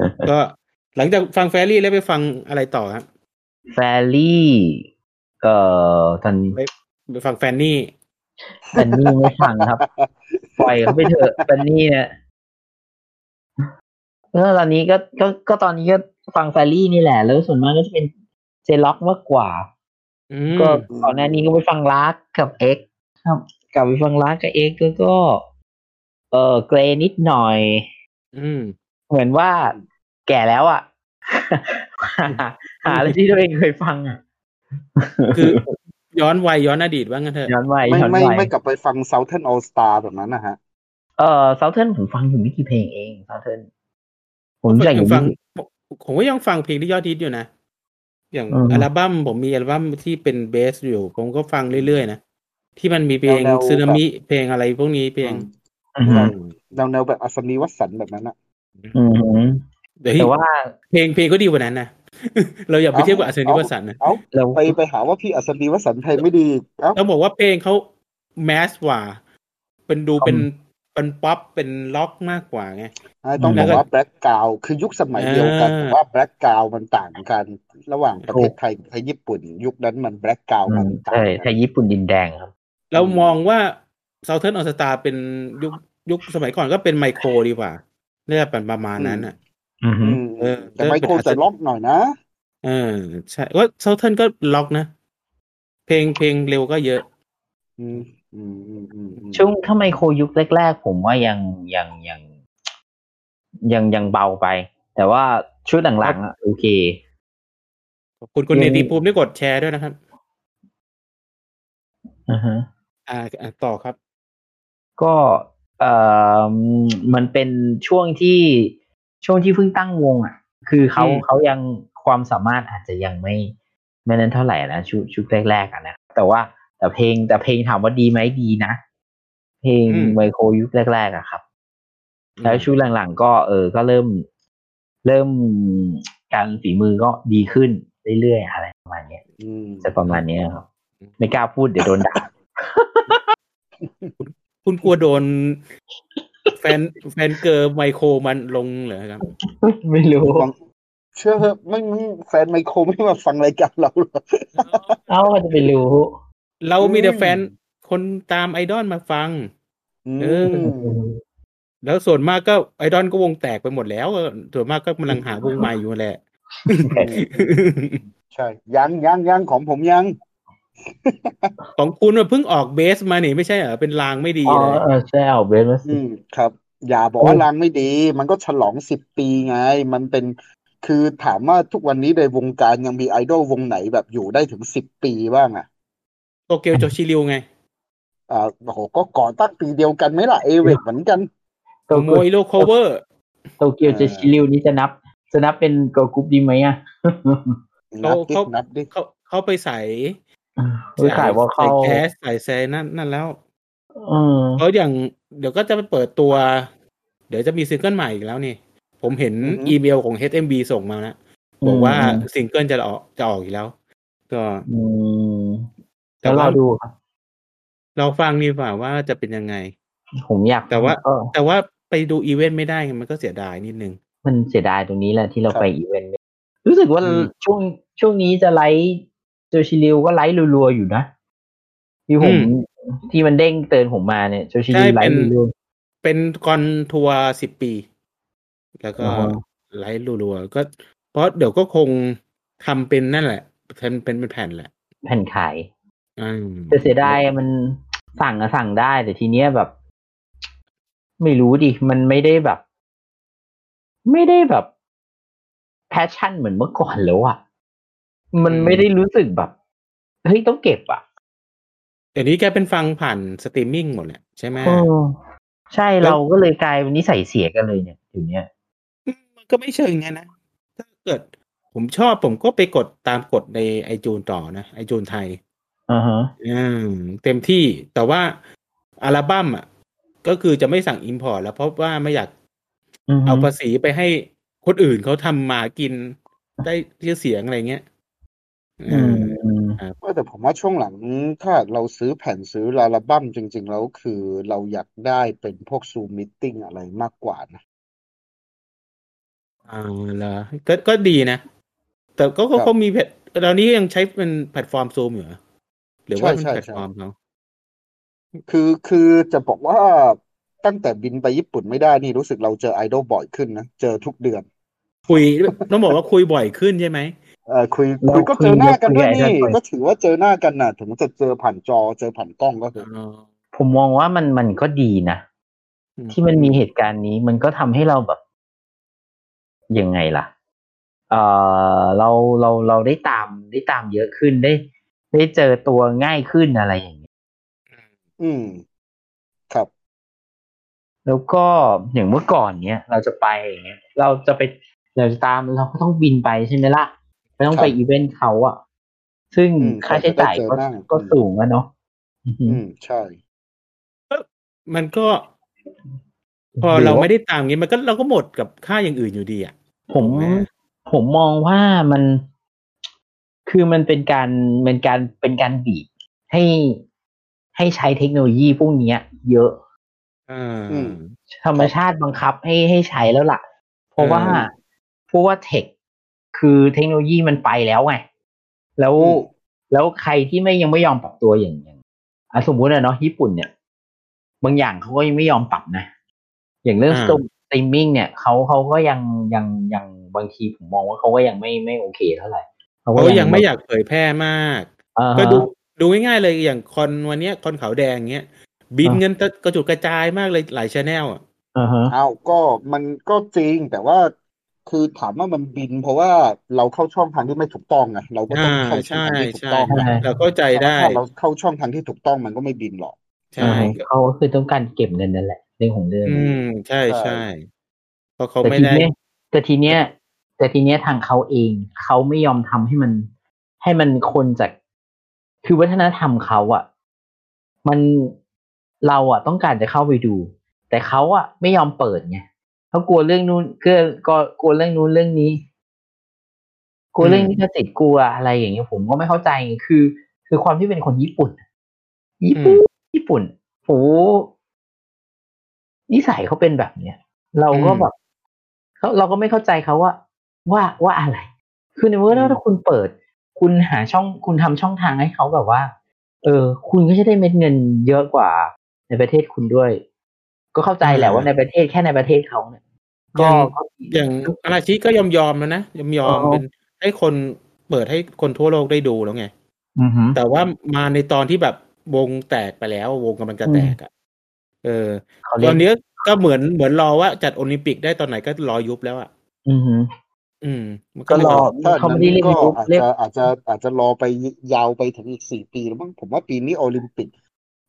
ครับก็หลังจากฟังแฟรี่แล้วไปฟังอะไรต่อครับ
แฟรี่ เอ่อตอน
ไปฟังแฟนนี่
ตันนี่ไม่ฟัง ครับ ปล่อยเขาไปเถอะตันนี่เนี่ยแล้วตอนนี้ก็ก็ก็ตอนนี้ก็ฟังแฟรี่นี่แหละ แล้วส่วนมากก็จะเป็นเจล็อกมากกว่า
อืม
ก็ก่อนหน้านี้ก็ไปฟังลาร์กกับเอ็กซ์ครับกลับไปฟังลาร์กกับเอ็กซ์แล้วก็ เออเกรนิดหน่อย
อืม
เหมือนว่าแก่แล้วอ่ะ หาหาอะไรที่ตัวเองเคยฟังอ่ะ
คือย้อนวัยย้อนอดีตว่างั้นเถอะ
ย้อนวัย
ไม่
ย้อน
ไม่
วัย
ไม่กลับไปฟัง Southern All Star แบบนั้นนะฮะ
เอ่อเซาเทิร์นผมฟังอยู่ไม่กี่เพลงเองเซาเทิร์น ผมรู้จักอ
ยั
ยู่
งฟัง
ยี่สิบ
ผมก็ยังฟังเพลงที่ยอดฮิตอยู่นะ อย่าง
อืม
อัลบั้มผมมีอัลบั้มที่เป็นเบสอยู่ ผมก็ฟังเรื่อยๆนะ ที่มันมีเพลง
แนวๆ
ซึนามิเพลงอะไรพวกนี้เพลง
อือหือ
แนวแนวแบบอัศนีวสันต์แบบนั้นอะ
อือหือ
เดี๋ยว
แต่ว่า
เพลงเพลงก็ดีกว่านั้นนะ เราอย่าไปเทียบกับอาเซนิวสันนะ
เอ้า
เรา
ไปไปหาว่าพี่อัศนีวสันต์ไทยไม่ดีอีกเอ้า
ต้องบอกว่าเพลงเขาแมสกว่า เป็นดูเป็นเป็นป๊อปเป็นล็อกมากกว่าไง
ต้องบ
แล้ว
อก
ก็
ว่าแบล็กกาวคือยุคสมัยเดียวกัน
อ่า
แต่ว่าแบล็กกาวมันต่างกัน ระหว่างประเทศไทยกับญี่ปุ่น ยุคนั้นมันแบล็กกาว
อื
มั
ม
นต่าง
ใช่
กั
ไท
น
ยญี่ปุ่นดินแดงครับ
เรามองว่าเซาเทิร์นออสตาเป็นยุคยุคสมัยก่อนก็เป็นไมโครดีกว่าเนี่ยเป็นประมาณนั้นอ่ะ
อือหือ
ม
เออ
แต่ไมโคร
เริ่มเป็นอัศนี
จะล็อกหน่อยนะ
เออใช่ว่าเซาเทิร์นก็ล็อกนะ เพลงเพลงเร็วก็เยอะ
อืมอืมอืมอืมอืม
ช่วงถ้าไมโครยุคแรก ๆ ผมว่ายังยังยังยังยังเบาไป แต่ว่าชุดหลังๆอ่ะโอเค
ขอบคุณคุณ
ยัง
เนติภูมิได้กดแชร์ด้วยนะครับ
อือฮะ
อ่าอ่าต่อครับ
ก็เออมันเป็นช่วงที่ช่วงที่เพิ่งตั้งวงอ่ะ คือเขา
อืม
เขายังความสามารถอาจจะยังไม่ไม่นั้นเท่าไหร่นะชุดชุดแรกๆอ่ะนะแต่ว่าแต่เพลงแต่เพลงถามว่าดีไหมดีนะ เพลงไมโครยุคแรกๆอะครับ แล้วชุดหลังๆ ก็เออ ก็เริ่มเริ่มการฝีมือก็ดีขึ้นเรื่อยๆอะไรประมาณเนี้ย
อืม
จะประมาณเนี้ยครับ ไม่กล้าพูดเดี๋ยวโดนด่า
คุณกลัวโดน แฟนแฟนเกิร์ลไมโครมันลงเหรอครับ
ไม่รู้
เชื่อเถอะไม่ไม่แฟนไมโครไม่มาฟังรายการเราหรอก
เอ้ามันจะไปรู้
เรามีแต่
อืม
แฟนคนตามไอดอลมาฟัง เออ
ม
แล้วส่วนมากก็ไอดอลก็วงแตกไปหมดแล้วก็ส่วนมากก็กำลังหาวงใหม่อยู่แหละ
ใช่ ยังยังยังของผมยัง
ของคุณมันเพิ่งออกเบสมานี่ไม่ใช่เหรอเป็นลางไม่ดี
อ๋อ
เลย
เออใช่เอาเบนมาสิ
อืมครับ อย่าบอกว่า
โอ้
รางไม่ดี มันก็ฉลองสิบปีไง มันเป็นคือถามว่าทุกวันนี้ในวงการยังมีไอดอลวงไหนแบบอยู่ได้ถึงสิบปีบ้างอ่ะ
โตเกียวโจชิริวไง
อ่าโอ้โหก็ก่อตั้งปีเดียวกันไหมล่ะเอเวกเหมือนกัน
โต
โม
เกียว
อิโรโคเวอร์
โตเกียวเจชิริวนี่จะนับ จะนับเป็นเกิร์ลกรุ๊ปดีไหมอ่ะ
นับดิ
เขา
นับดิ
เขาเขาไปใส่
เฮ้ยขายว่า
ใส่
เข้า
แคสใส่แซนั่นนั่นแล้ว
เออ
เพราะอย่างเดี๋ยวก็จะไปเปิดตัว เดี๋ยวจะมีซิงเกิลใหม่อีกแล้วนี่ ผมเห็นอีเมลของ HMB ส่งมานะ บอกว่าซิงเกิลจะออกจะออกอีกแล้ว ก็
อืม
แต่
แล้ว
ว่า
เราดูครับ
เราฟังดีกว่าว่าจะเป็นยังไง
ผมอยาก
แต่ว่า
ก็
แต่ว่าไปดูอีเวนต์ไม่ได้ไงมันก็เสียดายนิดนึง
มันเสียดายตรงนี้แหละที่เราไปอีเวนต์ไม่รู้สึกว่า
อืม
ช่วงช่วงนี้จะไลฟ์เจชิริวก็ไลฟ์รัวๆอยู่นะที่ผมที่มันเด้งเตือนผมมาเนี่ยเจชิริวไลฟ์รัว
เป็นคอนทัวร์สิบปี แล้วก็
อ๋อ
ไลฟ์รัวๆก็เพราะเดี๋ยวก็คงทำเป็นนั่นแหละทำเป็นเป็นแผ่นแหละ
ๆแผ่นขาย
อืม
แต่เสียดายอะมันสั่งอะสั่งได้ แต่ทีเนี้ยแบบ ไม่รู้ดิ มันไม่ได้แบบ ไม่ได้แบบแพชชั่นเหมือนเมื่อก่อนแล้วอะมันไม่ได้รู้สึกแบบเฮ้ยต้องเก็บอะ
เดี๋ยวนี้แกเป็นฟังผ่านสตรีมมิ่งหมดแหละใช่ไหม
เออ ใช่เราก็เลยกลายเป็นนิสัยเสียกันเลยเนี่ยอยู่เนี้ย
มันก็ไม่เชิงไงนะ ถ้าเกิดผมชอบผมก็ไปกดตามกดในไอจูนต่อนะไอจูนไทย
อ่าฮะ
อืมเต็มที่แต่ว่าอัลบั้มอ่ะ ก็คือจะไม่สั่งอิ p พอร์ตแล้วเพราะว่าไม่อยาก
อือฮึ
เอาภาษีไปให้คนอื่นเขาทำมากินได้ชื่อเสียงอะไรเงี้ยเอ
อื
อ
มอืม
ว่าแต่ผมว่าช่วงหลังถ้าเราซื้อแผ่นซื้ออัลบั้มจริง ๆ แล้วคือเราอยากได้เป็นพวกซูมมิทติ้งอะไรมากกว่านะ
เอาละก็ก็ดีนะ แต่ก็ก็
ครับ
คงมีแพลตตอนนี้ยังใช้เป็นแพลตฟอร์มซูมอยู่เหรอหรือว่าเป็น
ใช่ใช่
แพลตฟอร์มเขา
คือคือจะบอกว่าตั้งแต่บินไปญี่ปุ่นไม่ได้นี่รู้สึกเราเจอไอดอลบ่อยขึ้นนะ เจอทุกเดือน
คุยต้องบอกว่าคุยบ่อยขึ้นใช่ไหม
เออคุยคุยก็เจอหน้ากันด้วยนี่ก็ถือว่าเจอหน้ากันน่ะ ถึงจะเจอผ่านจอเจอผ่านกล้องก็คื
อ๋
อ
อ
ผมมองว่ามันมันก็ดีนะ
อืม
ที่มันมีเหตุการณ์นี้มันก็ทำให้เราแบบ ยังไงล่ะ เออเราเราเราได้ตามได้ตามเยอะขึ้นได้ ได้เจอตัวง่ายขึ้นอะไรอย่างเงี้ย
อืม ครับ
แล้วก็อย่างเมื่อก่อนเนี้ยเราจะไปอย่างเงี้ยเราจะไปเราจะตามเราก็ต้องบินไปใช่ไหมล่ะไม่ต้องไป
ครับ
อีเวนต์เขาอะซึ่ง
อืม
ค่าใช้จ่ายก็
ก็จะได้เจอหน้า
ก็สูงอะเนาะอือหื
อื
อ
มใช่
มันก็ พอเราไม่ได้ตามงี้มันก็เราก็หมดกับค่าอย่างอื่นอยู่ดีอ่ะ
ผม
ถูกไหมฮะ
ผมมองว่ามันคือมันเป็นการเป็นการเป็นการบีบให้ให้ใช้เทคโนโลยีพวกเนี้ย เยอะ
อ่า
ธรรมชาติบังคับให้ให้ใช้แล้วล่ะ เพราะว่า
อืม
เพราะว่าเทคคือเทคโนโลยีมันไปแล้วไงแล้วแล้วใครที่ไม่ยังไม่ยอมปรับตัวอย่างอย่างอ่ะสมมุตินะเนาะญี่ปุ่นเนี่ย บางอย่างเขาก็ยังไม่ยอมปรับนะ อย่างเรื่อง
อ่า
สตรีมมิ่งเนี่ยเขาเขาก็ยังยังยังบางทีผมมองว่าเขาก็ยังไม่ไม่โอเคเท่าไหร่
เขายังไม่อยากเผยแพร่มาก
อ่าฮะ
ก็ดูดูง่ายๆเลยอย่างคอนวันเนี้ยคอนขาวแดงเงี้ย บิน
อ่ะ
เงินกระจุดกระจายมากเลยหลายชแนลอ่ะ
อ่าฮะ
อ้าวก็มันก็จริงแต่ว่าคือถามว่ามันบิน เพราะว่าเราเข้าช่องทางที่ไม่ถูกต้องไงเราก็ต้องเข้าช่องทางที่ถูกต้อง
ใช่ เราเข้าใจได้
ถ้าเราเข้าช่องทางที่ถูกต้องมันก็ไม่บินหรอก
ใช่
อ่าฮะเขาก็คือต้องการเก็บเงินนั่นแหละเรื่องของเรื่อง
อืมใช่
ใช่
ใช่เพราะเขา
แต่
ไม่
ที
ได้
เนี้ยแต่ทีเนี้ย แต่ทีเนี้ยทางเขาเองเขาไม่ยอมทำให้มัน ให้มันคนจากคือวัฒนธรรมเขาอะมันเราอะต้องการจะเข้าไปดู แต่เขาอะไม่ยอมเปิดไงเขากลัวเรื่องนู้นเก็ก็กลัวเรื่องนู้นเรื่องนี้ กลัวเรื่องนี้ก็ติดกลัวอะไรอย่างเงี้ยผมก็ไม่เข้าใจไงคือ คือความที่เป็นคนญี่ปุ่นญี่ปุ่นญี่ปุ่นโหนิสัยเขาเป็นแบบเนี้ยเราก็
อืม
แบบเขาเราก็ไม่เข้าใจเขาว่า ว่าว่าอะไร คือในเมื่อ
อืม
ถ้าคุณเปิด คุณหาช่องคุณทำช่องทางให้เขาแบบว่า เออ คุณก็จะได้เม็ดเงินเยอะกว่าในประเทศคุณด้วย ก็เข้าใจแหละว่าในประเทศแค่ในประเทศเขาเนี่ยก็
อย่างอาราชิก็ยอมยอมๆแล้วนะยอมยอม
อ๋อ
เป็นให้คนเปิดให้คนทั่วโลกได้ดูแล้วไง
อือหือ
แต่ว่ามาในตอนที่แบบวงแตกไปแล้ว วงกำลังจะแตกอ่ะเออ
เขาเรี
ต
ย
อก นนี้ก็เหมือนเหมือนรอว่าจัดโอลิมปิกได้ตอนไหนก็รอยุบแล้วอ่ะ
อือหือ
อืม มัน
ก็
ก็เลย
รอ
แบบ
ถ้า
เขาไม่
นั้น
ได้เรียก
ก็
ยุบ
อาจ
เรียก
จะอาจจะอาจจะรอไปยาวไปถึงอีกสี่ปีแล้วมั้งผมว่าปีนี้โอลิมปิก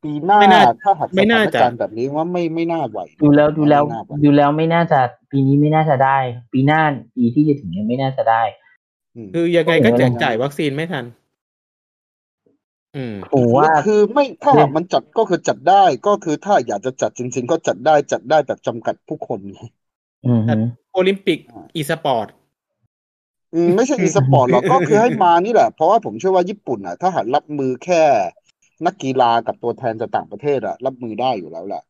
ปีหน้า
ไม่น่า
ถ้าหากส
ไม่
ถา
น่าน จะ
การณ์แบบนี้ว่าไม่ไม่น่าไหว
ดูแล้วดูแล้ว
ไม่น่าไหว
ดูแล้วไม่น่าจะปีนี้ไม่น่าจะได้ ปีหน้าปีที่จะถึงเนี่ยไม่น่าจะได้
อืม
คือยังไงก็
ก็
แจ
เห็น
ก
ว่า
จ่ายวัคซีนไม่ทัน อืม
ผมว่า
คือไม่ถ้า
เนี่ย
มันจัดก็คือจัดได้ก็คือถ้าอยากจะจัดจริง ๆ ก็จัดได้จัดได้แบบจำกัดผู้คนไง
อือหือ
โอลิมปิกอีสปอร์ต
อืมไม่ใช่อีสปอร์ตหรอกก็คือให้มานี่แหละ เพราะว่าผมเชื่อว่าญี่ปุ่นอ่ะ ถ้าหากรับมือแค่นักกีฬากับตัวแทนจากต่างประเทศอ่ะ รับมือได้อยู่แล้วแหละ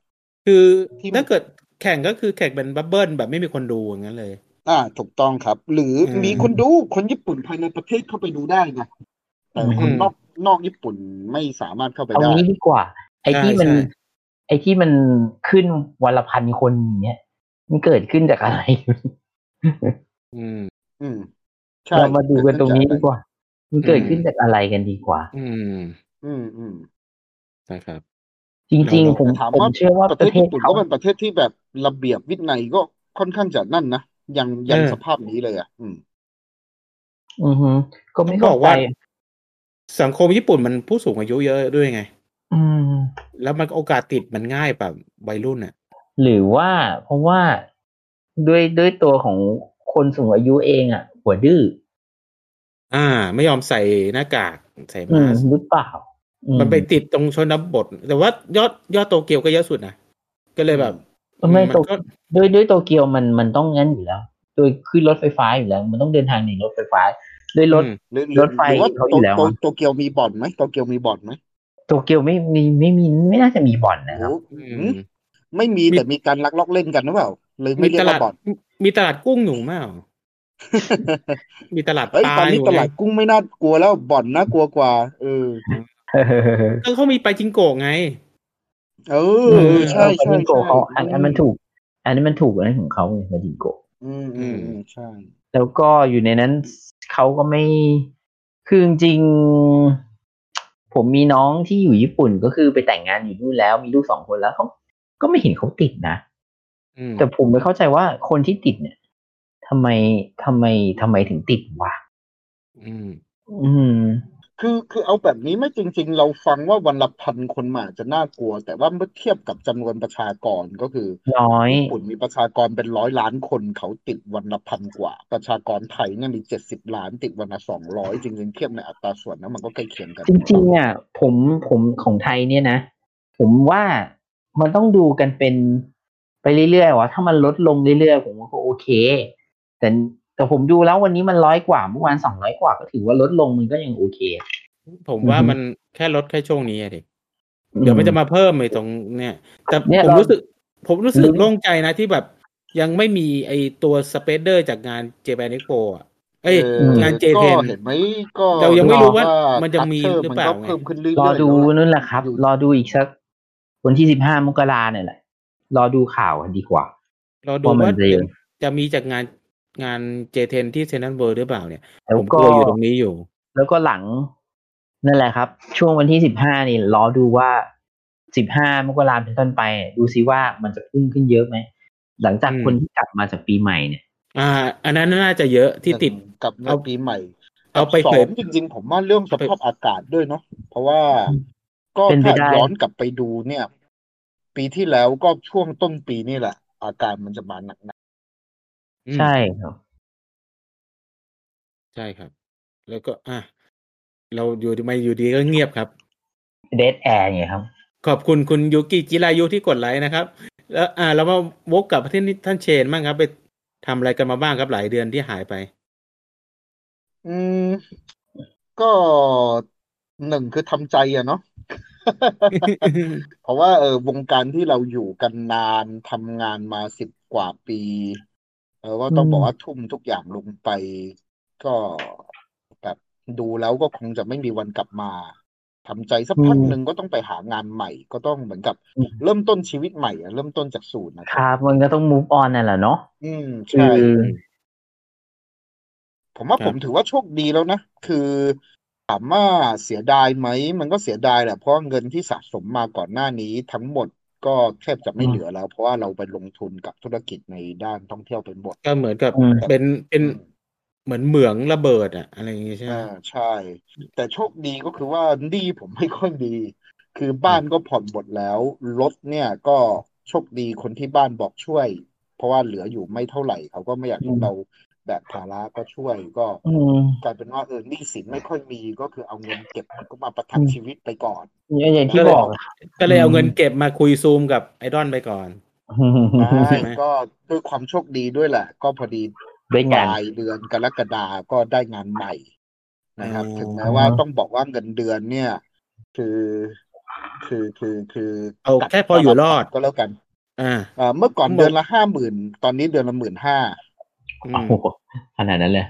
คือ
ที่
ถ้าเกิดแข่งก็คือแข่งเป็นบับเบิ้ลแบบไม่มีคนดูอย่างนั้นเลย
อ่า ถูกต้องครับ หรือ
อืม
มีคนดูคนญี่ปุ่นภายในประเทศเข้าไปดูได้ไงแต่คน
อืม
นอกนอกญี่ปุ่นไม่สามารถเข้าไป
เอา
ได้
งี้ดีกว่า ไอ้ที่มัน
ใช่
ไอ้ที่มันขึ้นวันละพันคนอย่างเงี้ยมันเกิดขึ้นจากอะไร
อืม
อืม ใช่
เรามาดูกันตรงนี้ดีกว่า มันเกิด
อืม
ขึ้นจากอะไรกันดีกว่า
อืม
อืมอืม
นะครับ
จริง
เรา
ๆ ผม
ถาม
ผม
ว่า
เชื่อว่า
ประ
ประ
เทศ
เทศ
ญี่ปุ่น
เขา
ก็เป็นประเทศที่แบบระเบียบวินัยก็ค่อนข้างจะนั่นนะยังยัง
เออ
สภาพนี้เลยอ่ะ อืม
อือหือ ก็ไม่
เขาบ
เข้า
อก
ใจ
ว่า สังคมญี่ปุ่นมันผู้สูงอายุเยอะด้วยไง
อืม
แล้วมันโอกาสติดมันง่ายแบบวัยรุ่นอ่ะ
หรือว่าเพราะว่าด้วยด้วยตัวของคนสูงอายุเองอ่ะ หัวดื้อ
อ่า ไม่ยอมใส่หน้ากากใส่
อื
มาม สก์
หรือเปล่า อื
มั
มัน
ไปติดตรงชนบท แต่ว่ายอดยอดโตเกียวก็เยอะสุดนะก็เลยแบบ
ไม่
มั
โต
นก็
ด้วยด้วยโตเกียวมันมันต้องงั้นอยู่แล้ว โดยขึ้นรถไฟฟ้าอยู่แล้ว มันต้องเดินทางในรถไฟฟ้า ด้วยรถ
อืม
หรือหรือ
รถไฟ
หรือว่า
เขาอ
โต
ยู่แล้ว
โต
อะ
โตเกียวมีบ่อนไหมโตเกียวมีบ่อนไหม
โตเกียวไม่มีไม่มีไม่น่าจะมีบ่อนนะครับ
โอ้
อื
หื
ม
มไม่มี
มี
แต่มีการลักลอบเล่นกันหรือเปล่าเลย
มี
ไม่เรีย
ต
ก
ลา
ว่า
ด
บ่อน
มีตลาดกุ้งอยู่มั้ยมีตลาด
เฮ้ย
ปลา
ตอน
อ
นี้
ยู่
ต
ไง
ลาดกุ้งไม่น่ากลัวแล้วบ่อนน่ากลัวกว่าเออ
ก็เขามีไปลาจิงโกะไง
เอ
เอ
อ
อ
ใช่
ปา
ใช่
จิงโกะ
ใช่
เขาอันอันมันถูก อันนี้มันถูกอันนั้นของเขาไงปาจิงโกะ
อืมอืมอืมใช่
แล้วก็อยู่ในนั้นเขาก็ไม่คือจริงๆผมมีน้องที่อยู่ญี่ปุ่นก็คือไปแต่งงานอยู่นู่นแล้ว มีลูกสองคนแล้วเขาก็ไม่เห็นเขาติดนะ
อืม
แต่ผมไม่เข้าใจว่าคนที่ติดเนี่ยทำไมทำไมทำไมถึงติดวะ
อืม
อืม
คือคือเอาแบบนี้ไม่จริง ๆ เราฟังว่าวันละพันคนมาอาจจะน่ากลัว แต่ว่าเมื่อเทียบกับจำนวนประชากรก็คือ
น้อย
ญี่ปุ่นมีประชากรเป็นร้อยล้านคนเขาติดวันละพันกว่า ประชากรไทยเนี่ยมีเจ็ดสิบล้านติดวันละสองร้อยจริง ๆ เทียบในอัตราส่วนนะมันก็ใกล้เคียงกัน
จริงๆอ่ะผมผมของไทยเนี่ยนะ ผมว่ามันต้องดูกันเป็นไปเรื่อยๆวะถ้ามันลดลงเรื่อยๆผมว่าก็โอเค แต่แต่ผมดูแล้ววันนี้มันร้อยกว่าเมื่อวานสองร้อยกว่าก็ถือว่าลดลงมันก็ยังโอเค
ผมว่ามันแค่ลดแค่ช่วงนี้อะดิ
อืม
เดี๋ยวมันจะมาเพิ่มไอ้ตรงเนี่ย แต่
เนี่ย
ผม
เรารู้
รู้สึก ผมรู้สึ
รู้
กโล่งใจนะที่แบบยังไม่มีไอ้ตัวสเปเดอร์จากงานเจแปนเอ็กโปอ่ะ เอ้ย
เออง
านเจ
ก็
เทน
เห็นไหมก็
เรายังไม่รู้ว่า
มั
มันจะมีหรือเปล่า
ก็
ไง
เพิ่มขึ้นเรื่อยๆ
รอดู
แล้วล่ะ
นั่นแหละครับ รอดูอีกสักวันที่สิบห้ามกราเนี่ยแหละ รอดูข่าวกันดีกว่า
เราดู
ว่ามัน
ว่า
จะยัง
จะมีจากงานงานเจเทนที่เซนต์เวิร์หรือเปล่าเนี่ย
แล้
ผ
ว
มก
ก็
ลัวอยู่ตรงนี้อยู่
แล้วก็หลังนั่นแหละครับ ช่วงวันที่สิบห้านี่รอดูว่าสิบห้ามกราเป็นต้นไป ดูซิว่ามันจะพุ่งขึ้นเยอะไหมหลังจาก
อืม
คนที่กลับมาจากปีใหม่เนี่ย
อ่า อันนั้นน่าจะเยอะที่ติด
กับ
เอา
ปีใหม่
เอาไป
สอ
เผย
งจริงๆ ผมว่าเรื่องสภาพอากาศด้วยเนาะเพราะว่าก็
เป็นไป
ถ้า
ได้
ย้อนกลับไปดูเนี่ย ปีที่แล้วก็ช่วงต้นปีนี่แหละ อากาศมันจะมาหนัก
อืม
ใช่ครับ
ใช่ครับ แล้วก็อ่ะเราอยู่ดีไม่อยู่ดีก็เงียบครับ
เดทแอร์ไงครับ
ขอบคุณคุณยูกิจิรายุที่กดไลค์นะครับ แล้วอ่าเรามาวกกลับมาที่ท่านเชนบ้างครับ ไปทำอะไรกันมาบ้างครับหลายเดือนที่หายไป
อืม ก็หนึ่งคือทำใจอะเนาะ เพราะว่าเออวงการที่เราอยู่กันนานทำงานมาสิบกว่าปีเออว่าต้อง
อืม
บอกว่าทุ่มทุกอย่างลงไป ก็แบบดูแล้วก็คงจะไม่มีวันกลับมาทำใจสักพักหนึ่งก็ต้องไปหางานใหม่ ก็ต้องเหมือนกับ เริ่มต้นชีวิตใหม่อะเริ่มต้นจากศูนย์นะค
ครับ รับมันก็ต้อง move on นั่นแหละเนาะ
อืม
คื
ใช่
อ
ผมว่า
ครับ
ผมถือว่าโชคดีแล้วนะ คือถามว่าเสียดายไหม มันก็เสียดายแหละ เพราะเงินที่สะสมมาก่อนหน้านี้ทั้งหมดก็แทบจะไม่
อืม
เหลือแล้ว เพราะว่าเราไปลงทุนกับธุรกิจในด้านท่องเที่ยวเป็นหมด
ก็เหมือนกับ
อืม
เป็นเป็นเหมือนเหมืองระเบิดอะอะไรอย่างงี้ใช่ไหม
อ่าใช่ แต่โชคดีก็คือว่าหนี้ผมไม่ค่อยดี คือบ้านก็ผ่อนหมดแล้วรถเนี่ยก็โชคดีคนที่บ้านบอกช่วย เพราะว่าเหลืออยู่ไม่เท่าไหร่ เขาก็ไม่อยากให้เราแบกภาระก็ช่วยก็
อืม
กลายเป็นว่าเออหนี้สินไม่ค่อยมีก็คือเอาเงินเก็บมันก็มาประทังชีวิตไปก่อน
อย่างที่บอก
ก็เลยเอาเงินเก็บมาคุยซูมกับไอดอนไปก่อน
ได้ก็ด้วยความโชคดีด้วยแหละ ก็พอดี
ได้
ป
งาน
ลายเดือนกรกฎาก็ได้งานใหม่นะครับ
อ๋อ
ถึงแม้ว่าต้องบอกว่าเงินเดือนเนี่ย คือ คือคือคือ
เอาแค่พออยู่รอด
ก็แล้วกัน
อ่า
เอ่อเมื่อก่อน
ผมบอก
เดือนละห้าหมื่นตอนนี้เดือนละหมื่นห้า
อื
โอ้
ม
โหขนาดนั้นเลย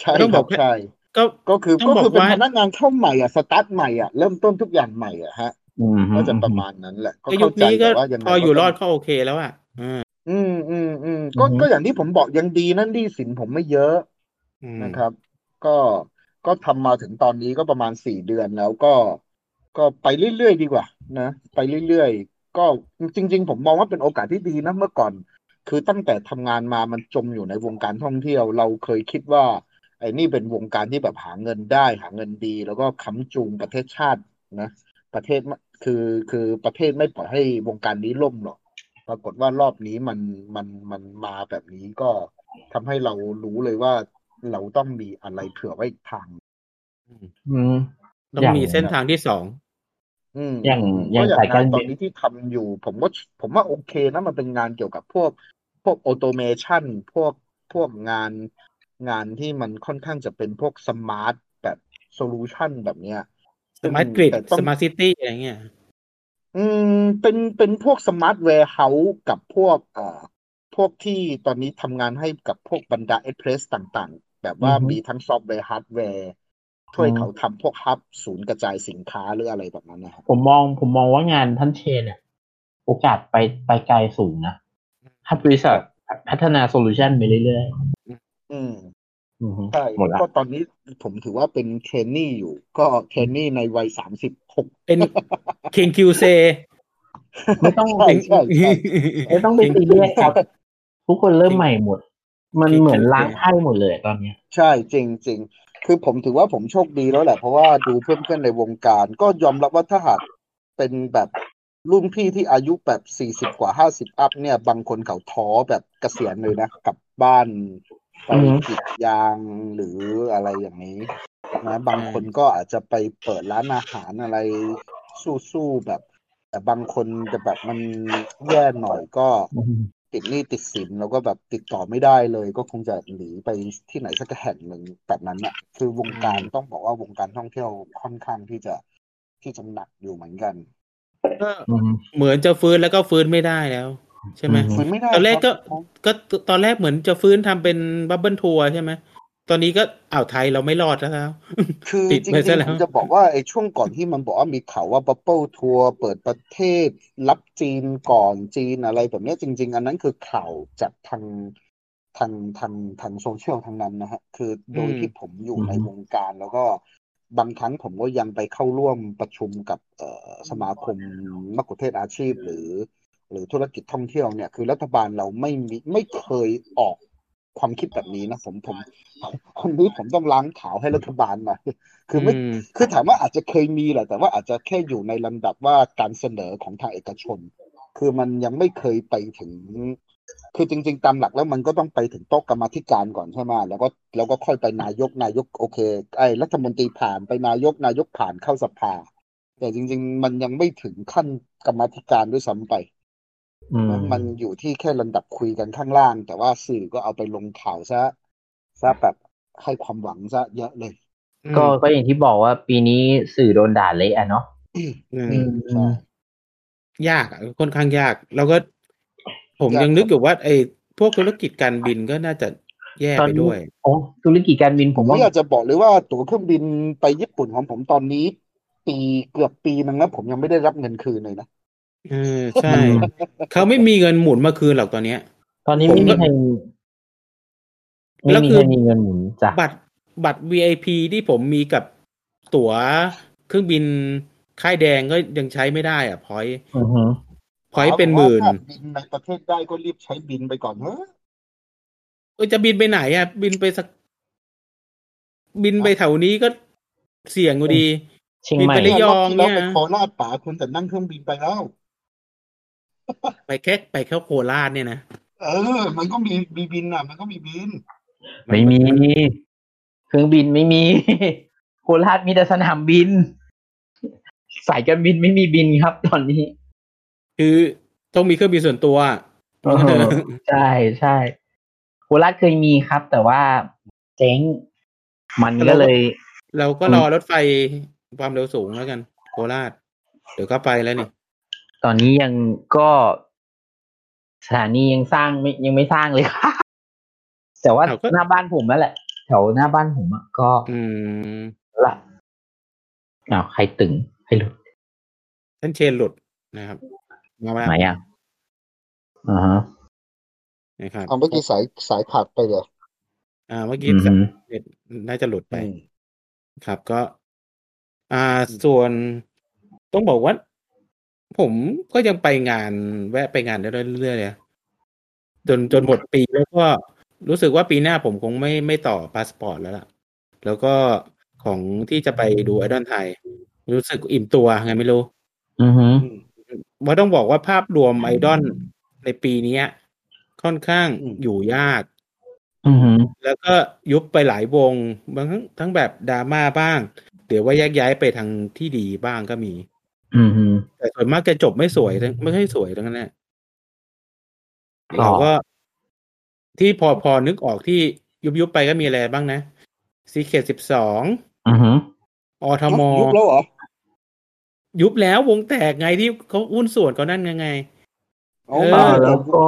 ใช่
ต้องบ
ครั
อบ กว่า
ใช่
ก็
ก็คือ
ต้อ
ก็
งบอก
คือเป็น
ว่า
พนักงานเข้าใหม่อ่ะสตาร์ทใหม่อ่ะเริ่มต้นทุกอย่างใหม่อ่ะฮะ
อืม
ก็จะประมาณนั้นแหละ ก็
ก็ยุค
เข้าใจ
นี้ก็
แต่ว่ายังไง
พออยู่
ก็
ร
ต้
อ
อ
ด
ง
ก็โอเคแล้วอ่ะอ่า
อืมอืมอืมก็ก็อย่างที่ผมบอกยังดีนั่นดีสินผมไม่เยอะ
อืม
นะครับ ก็ก็ทำมาถึงตอนนี้ก็ประมาณสี่เดือนแล้วก็ ก็ไปเรื่อยๆดีกว่า นะไปเรื่อยๆก็จริง ๆ ผมมองว่าเป็นโอกาสที่ดีนะเมื่อก่อน คือตั้งแต่ทำงานมามันจมอยู่ในวงการท่องเที่ยว เราเคยคิดว่า ไอ้นี่เป็นวงการที่แบบหาเงินได้ หาเงินดี แล้วก็ค้ำจูงประเทศชาตินะ ประเทศไม่คือคือประเทศไม่ปล่อยให้วงการนี้ล่มหรอก ปรากฏว่ารอบนี้มันมันมันมาแบบนี้ก็ทำให้เรารู้เลยว่าเราต้องมีอะไรเผื่อไว้อีกทาง
อืม
ต้องมีเส้นทางที่สอง
อืม
อย่าง
อืม
อย่าง
ก็
สาย
งา
การ
น
บิน
ตอนนี้ที่ทำอยู่ ผมก็ผมว่าโอเคนะมันเป็นงานเกี่ยวกับพวกพวกออโตเมชันพวกพวกงานงานที่มันค่อนข้างจะเป็นพวกสมาร์ทแบบโซลูชันแบบเนี้ย
สมาร์ทกริด
แต่ต้อ
ส
ง
มาร์ทซิตี้อะไรเงี้ย
อืมเป็นเป็นพวกสมาร์ทแวร์เฮาส์กับพวกเอ่อพวกที่ตอนนี้ทำงานให้กับพวกบรรดาเอ็กเพรสต่างๆ แบบว่า
อือฮึ
มีทั้งซอฟต์แวร์ฮาร์ดแวร์ช่วย
อืม
เขาทำพวกฮับศูนย์กระจายสินค้าหรืออะไรแบบนั้นนะครับ
ผมมองผมมองว่างานท่านเชนเนี่ยโอกาสไปไปไกลสูงนะ ถ้าบริษัทพัฒนาโซลูชันไปเรื่อย
อืม
ๆอือฮึ
ใช่
หมดละ
ก็ตอนนี้ผมถือว่าเป็นเทรนนี่อยู่ ก็เทรนนี่ในวัยสามสิบหก
เป็นเคนคิวเซ
ไม่ต้อง
ใช่ใช่ใช่
ไม่ต้องไปตีเรียกครับ ทุกคนเริ่มใหม่หมด มันเหมือนล้างไพ่หมดเลยตอนเนี้ย
ใช่จริงจริง คือผมถือว่าผมโชคดีแล้วแหละ เพราะว่าดูเพื่อนๆในวงการ ก็ยอมรับว่าถ้าหากเป็นแบบรุ่นพี่ที่อายุแบบสี่สิบ40 กว่าห้าสิบอัพเนี่ย บางคนเขาท้อแบบเกษียณเลยนะกลับบ้านไป
อือฮึ
กรีดยางหรืออะไรอย่างนี้นะบางคนก็อาจจะไปเปิดร้านอาหารอะไรสู้ๆแบบ แต่บางคนจะแบบมันแย่หน่อยก็ ติดหนี้ติดสินแล้วก็แบบติดต่อไม่ได้เลย ก็คงจะหนีไปที่ไหนสักแห่งหนึ่งแบบนั้นอะคือวงการต้องบอกว่าวงการท่องเที่ยวค่อนข้างที่จะที่จะหนักอยู่เหมือนกัน
ก็
อืม
เหมือนจะฟื้นแล้วก็ฟื้นไม่ได้แล้ว ใช่ไหม
อื
ฟื้นไม่ได้
ตอนแรกก็
ครับ
ก็ตอนแรกเหมือนจะฟื้นทำเป็นบับเบิลทัวร์ใช่ไหมตอนนี้ก็อ่าวไทยเราไม่รอดแล้ว
คือ
ติด
จริ
ไปซะ
ง
แล้
ๆ
ว
ผมจะบอกว่าไอ้ช่วงก่อนที่มันบอกว่ามีข่าวว่าบั b เ l e ลทัวร์เปิดประเทศ รับจีนก่อนจีนอะไรแบบเนี้ยจริง ๆ อันนั้นคือข่าวจากทางทางทางทางโซเชียลทางนั้นนะฮะคือโดย
อืม
ที่ผมอยู่
อืม
ในวงการแล้วก็ บางครั้งผมก็ยังไปเข้าร่วมประชุมกับเอ่อสมาคมมักคุเทศก์อาชีพหรือ หรือธุรกิจท่องเที่ยวเนี่ย คือรัฐบาลเราไม่มีไม่เคยออกความคิดแบบนี้นะผมผมคนนี้ผมต้องล้างขาวให้รัฐบาลหน่อย คือไม่
อืม
คือถามว่าอาจจะเคยมีแหละแต่ว่าอาจจะแค่อยู่ในลำดับว่าการเสนอของทางเอกชน คือมันยังไม่เคยไปถึง คือจริง ๆ ตามหลักแล้วมันก็ต้องไปถึงโต๊ะกรรมาธิการก่อนใช่ไหมแล้วก็แล้วก็ค่อยไปนายกนายกโอเคไอ้รัฐมนตรีผ่านไปนายกนายกผ่านเข้าสภา แต่จริง ๆ มันยังไม่ถึงขั้นกรรมาธิการด้วยซ้ำไป
อืม
มันอยู่ที่แค่ลำดับคุยกันข้างล่าง แต่ว่าสื่อก็เอาไปลงข่าวซะซะแบบให้ความหวังซะเยอะเลย
ก็ก็อย่างที่บอกว่าปีนี้สื่อโดนด่าเละอะเนาะ
อืม
อืมใช่
ยากอะค่อนข้างยาก แล้วก็ ผม
ยาก
ยังนึกอยู่ว่าไอ้พวกธุรกิจการบินก็น่าจะแย่
ตอน
ไป
นี้
ด้วย
โอ้ธุรกิจการบินผม
ผม
ว่า
อยากจะบอกเลยว่าตั๋วเครื่องบินไปญี่ปุ่นของผมตอนนี้ ปีเกือบปีนึงแล้วผมยังไม่ได้รับเงินคืนเลยนะ
เออใช่ เขาไม่มีเงินหมุนมาคืนหรอกตอนเนี้ย
ตอนนี้ไม่มีใคร
แล้
ไม่
ว
มี
คือ
ใครมีเงินหมุนจ้ะ
บัตรบัตร VIP ที่ผมมีกับตั๋วเครื่องบินค่ายแดงก็ยังใช้ไม่ได้อ่ะพอย
อือฮึ
พอยเป็นหมื่น
ถ้าบินในประเทศได้ก็รีบใช้บินไปก่อนเฮ้ย
เอ้ยจะบินไปไหนอ่ะ บินไปสัก บินไปแถวนี้ก็เสี่ยงอยู่ดี
เชียงใหม่
มีไประยองเนี่ย
รอบที่แล้วไปโคราชป๋าคุณแต่นั่งเครื่องบินไปแล้ว
ไปแค่ไปแค่โคราชเนี่ยนะ
เออ มันก็มีมีบินอ่ะ มันก็มีบิน
ไม่มี เครื่องบินไม่มี โคราชมีแต่สนามบิน สายการบินไม่มีบินครับ ตอนนี้
คือต้องมีเครื่องบินส่วนตัว
เออใช่ใช่โคราชเคยมีครับ แต่ว่าเจ๊ง มันก็เลย
เราก็รอรถไฟความเร็วสูงแล้วกันโคราชเดี๋ยวก็ไปแล้วนี่
ตอนนี้ยังก็สถานียังสร้างไม่ยังไม่สร้างเลยครับแต่ว่าหน้าบ้านผมนั่นแหละ แถวหน้าบ้านผมอะก็
อืม
ละอ้าวใครตึงใครหลุด
ท่านเชนหลุดนะครับมาแล้ว
ไหนอ่ะอ่าฮะ
นะครับ
เอาเมื่อกี้สายสายขาดไปเลย
อ่าเมื่อ
อื
กี้
มฮึ
เน็ตน่าจะหลุดไป
อืม
ครับก็ อ่าส่วนต้องบอกว่า ผมก็ยังไปงานแวะไปงานเรื่อยๆเลยจนจนหมดปีแล้วก็รู้สึกว่าปีหน้าผมคงไม่ไม่ต่อพาสปอร์ตแล้วล่ะ แล้วก็ของที่จะไปดูไอดอลไทย รู้สึกอิ่มตัวไงไม่รู้
อือฮึ
ว่าต้องบอกว่าภาพรวมไอดอลในปีเนี้ย ค่อนข้าง
อืม
อยู่ยาก
อือฮึ
แล้วก็ยุบไปหลายวงบางทั้งทั้งแบบดราม่าบ้าง เดี๋ยวว่าแยกย้ายไปทางที่ดีบ้างก็มี
อือฮึ
แต่ส่วนมากจะจบไม่สวยทั้งไม่ค่อยสวยทั้งนั้นแหละ
อ๋อ
เราก็ที่พอพอนึกออกที่ยุบยุบไปก็มีอะไรบ้างนะซีเคสิบสอง
อือฮึ
อทม
ยุบแล้วเหรอ
ยุบแล้ววงแตกไงที่เขาหุ้นส่วนเขานั่นไงไง
อ๋อ
เออ
ไม่
แล้ว
แต่
ก็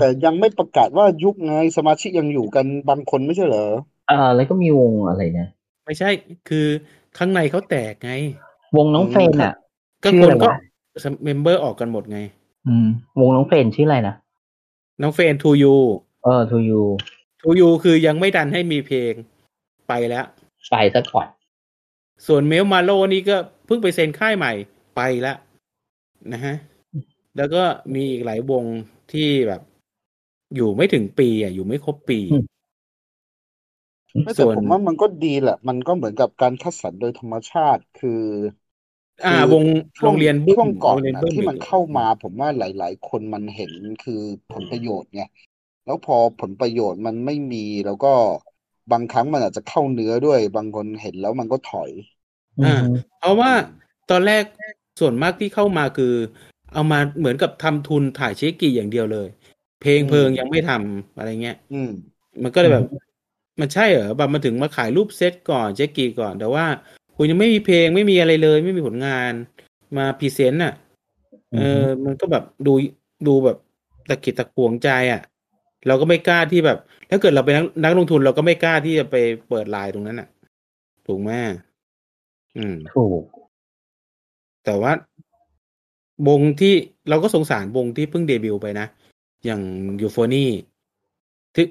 แต่ยังไม่ประกาศว่ายุบไงสมาชิกยังอยู่กันบางคนไม่ใช่เหรอ
เอ่อแล้วก็มีวงอะไรนะ
ไม่ใช่คือข้างในเขาแตกไง
วงน้องเฟรนอ่ะ
ก็
ชื่ออะ
คน
ไร
ก็
วะ
เมมเบอร์ออกกันหมดไง
อืม วงน้องเฟรนชื่ออะไรนะ
น้องเฟรนทูยู
เออทูยู
ทูยูคือยังไม่ดันให้มีเพลงไปแล้ว
ไปซะก่อน
ส่วนเมลมาโลนี่ก็เพิ่งไปเซ็นค่ายใหม่ไปแล้วนะฮะ แล้วก็มีอีกหลายวงที่แบบ อยู่ไม่ถึงปีอ่ะ อยู่ไม่ครบปี
ไม่
ส่
แต่
วน
ผมว่ามันก็ดีแหละ มันก็เหมือนกับการคัดสรรโดยธรรมชาติ คือ
อ่า
คือ
วง
ช่
โร
วง
งเรียนบึ้ม
ช่วงก่อน
โรงเรียน
นะ
บึ้
ที่
อีก
มันเข้ามา ผมว่าหลาย ๆ คนมันเห็นคือผลประโยชน์ไงแล้วพอผลประโยชน์มันไม่มีแล้วก็บางครั้งมันอาจจะเข้าเนื้อด้วย บางคนเห็นแล้วมันก็ถอย
อืม
เพราะว่าตอนแรกส่วนมากที่เข้ามาคือ เอามาเหมือนกับทำทุนถ่ายเชกิอย่างเดียวเลย เพลง
อืม
เพลิงยังไม่ทำอะไรเงี้ย
อืม
มันก็เลยแบบ มันใช่เหรอแบบมาถึงมาขายรูปเซตก่อนเจ๊กีก่อน แต่ว่าคุณยังไม่มีเพลงไม่มีอะไรเลย ไม่มีผลงานมาพรีเซนต์อ่ะเออมันก็แบบดูดูแบบตะกิดตะขวงใจอ่ะ เราก็ไม่กล้าที่แบบ ถ้าเกิดเราเป็นนักนักลงทุนเราก็ไม่กล้าที่จะไปเปิดไลน์ตรงนั้นอ่ะ ถูกไหมอืม
ถูก
แต่ว่าวงที่เราก็สงสารวงที่เพิ่งเดบิวต์ไปนะ อย่างยูโฟนี่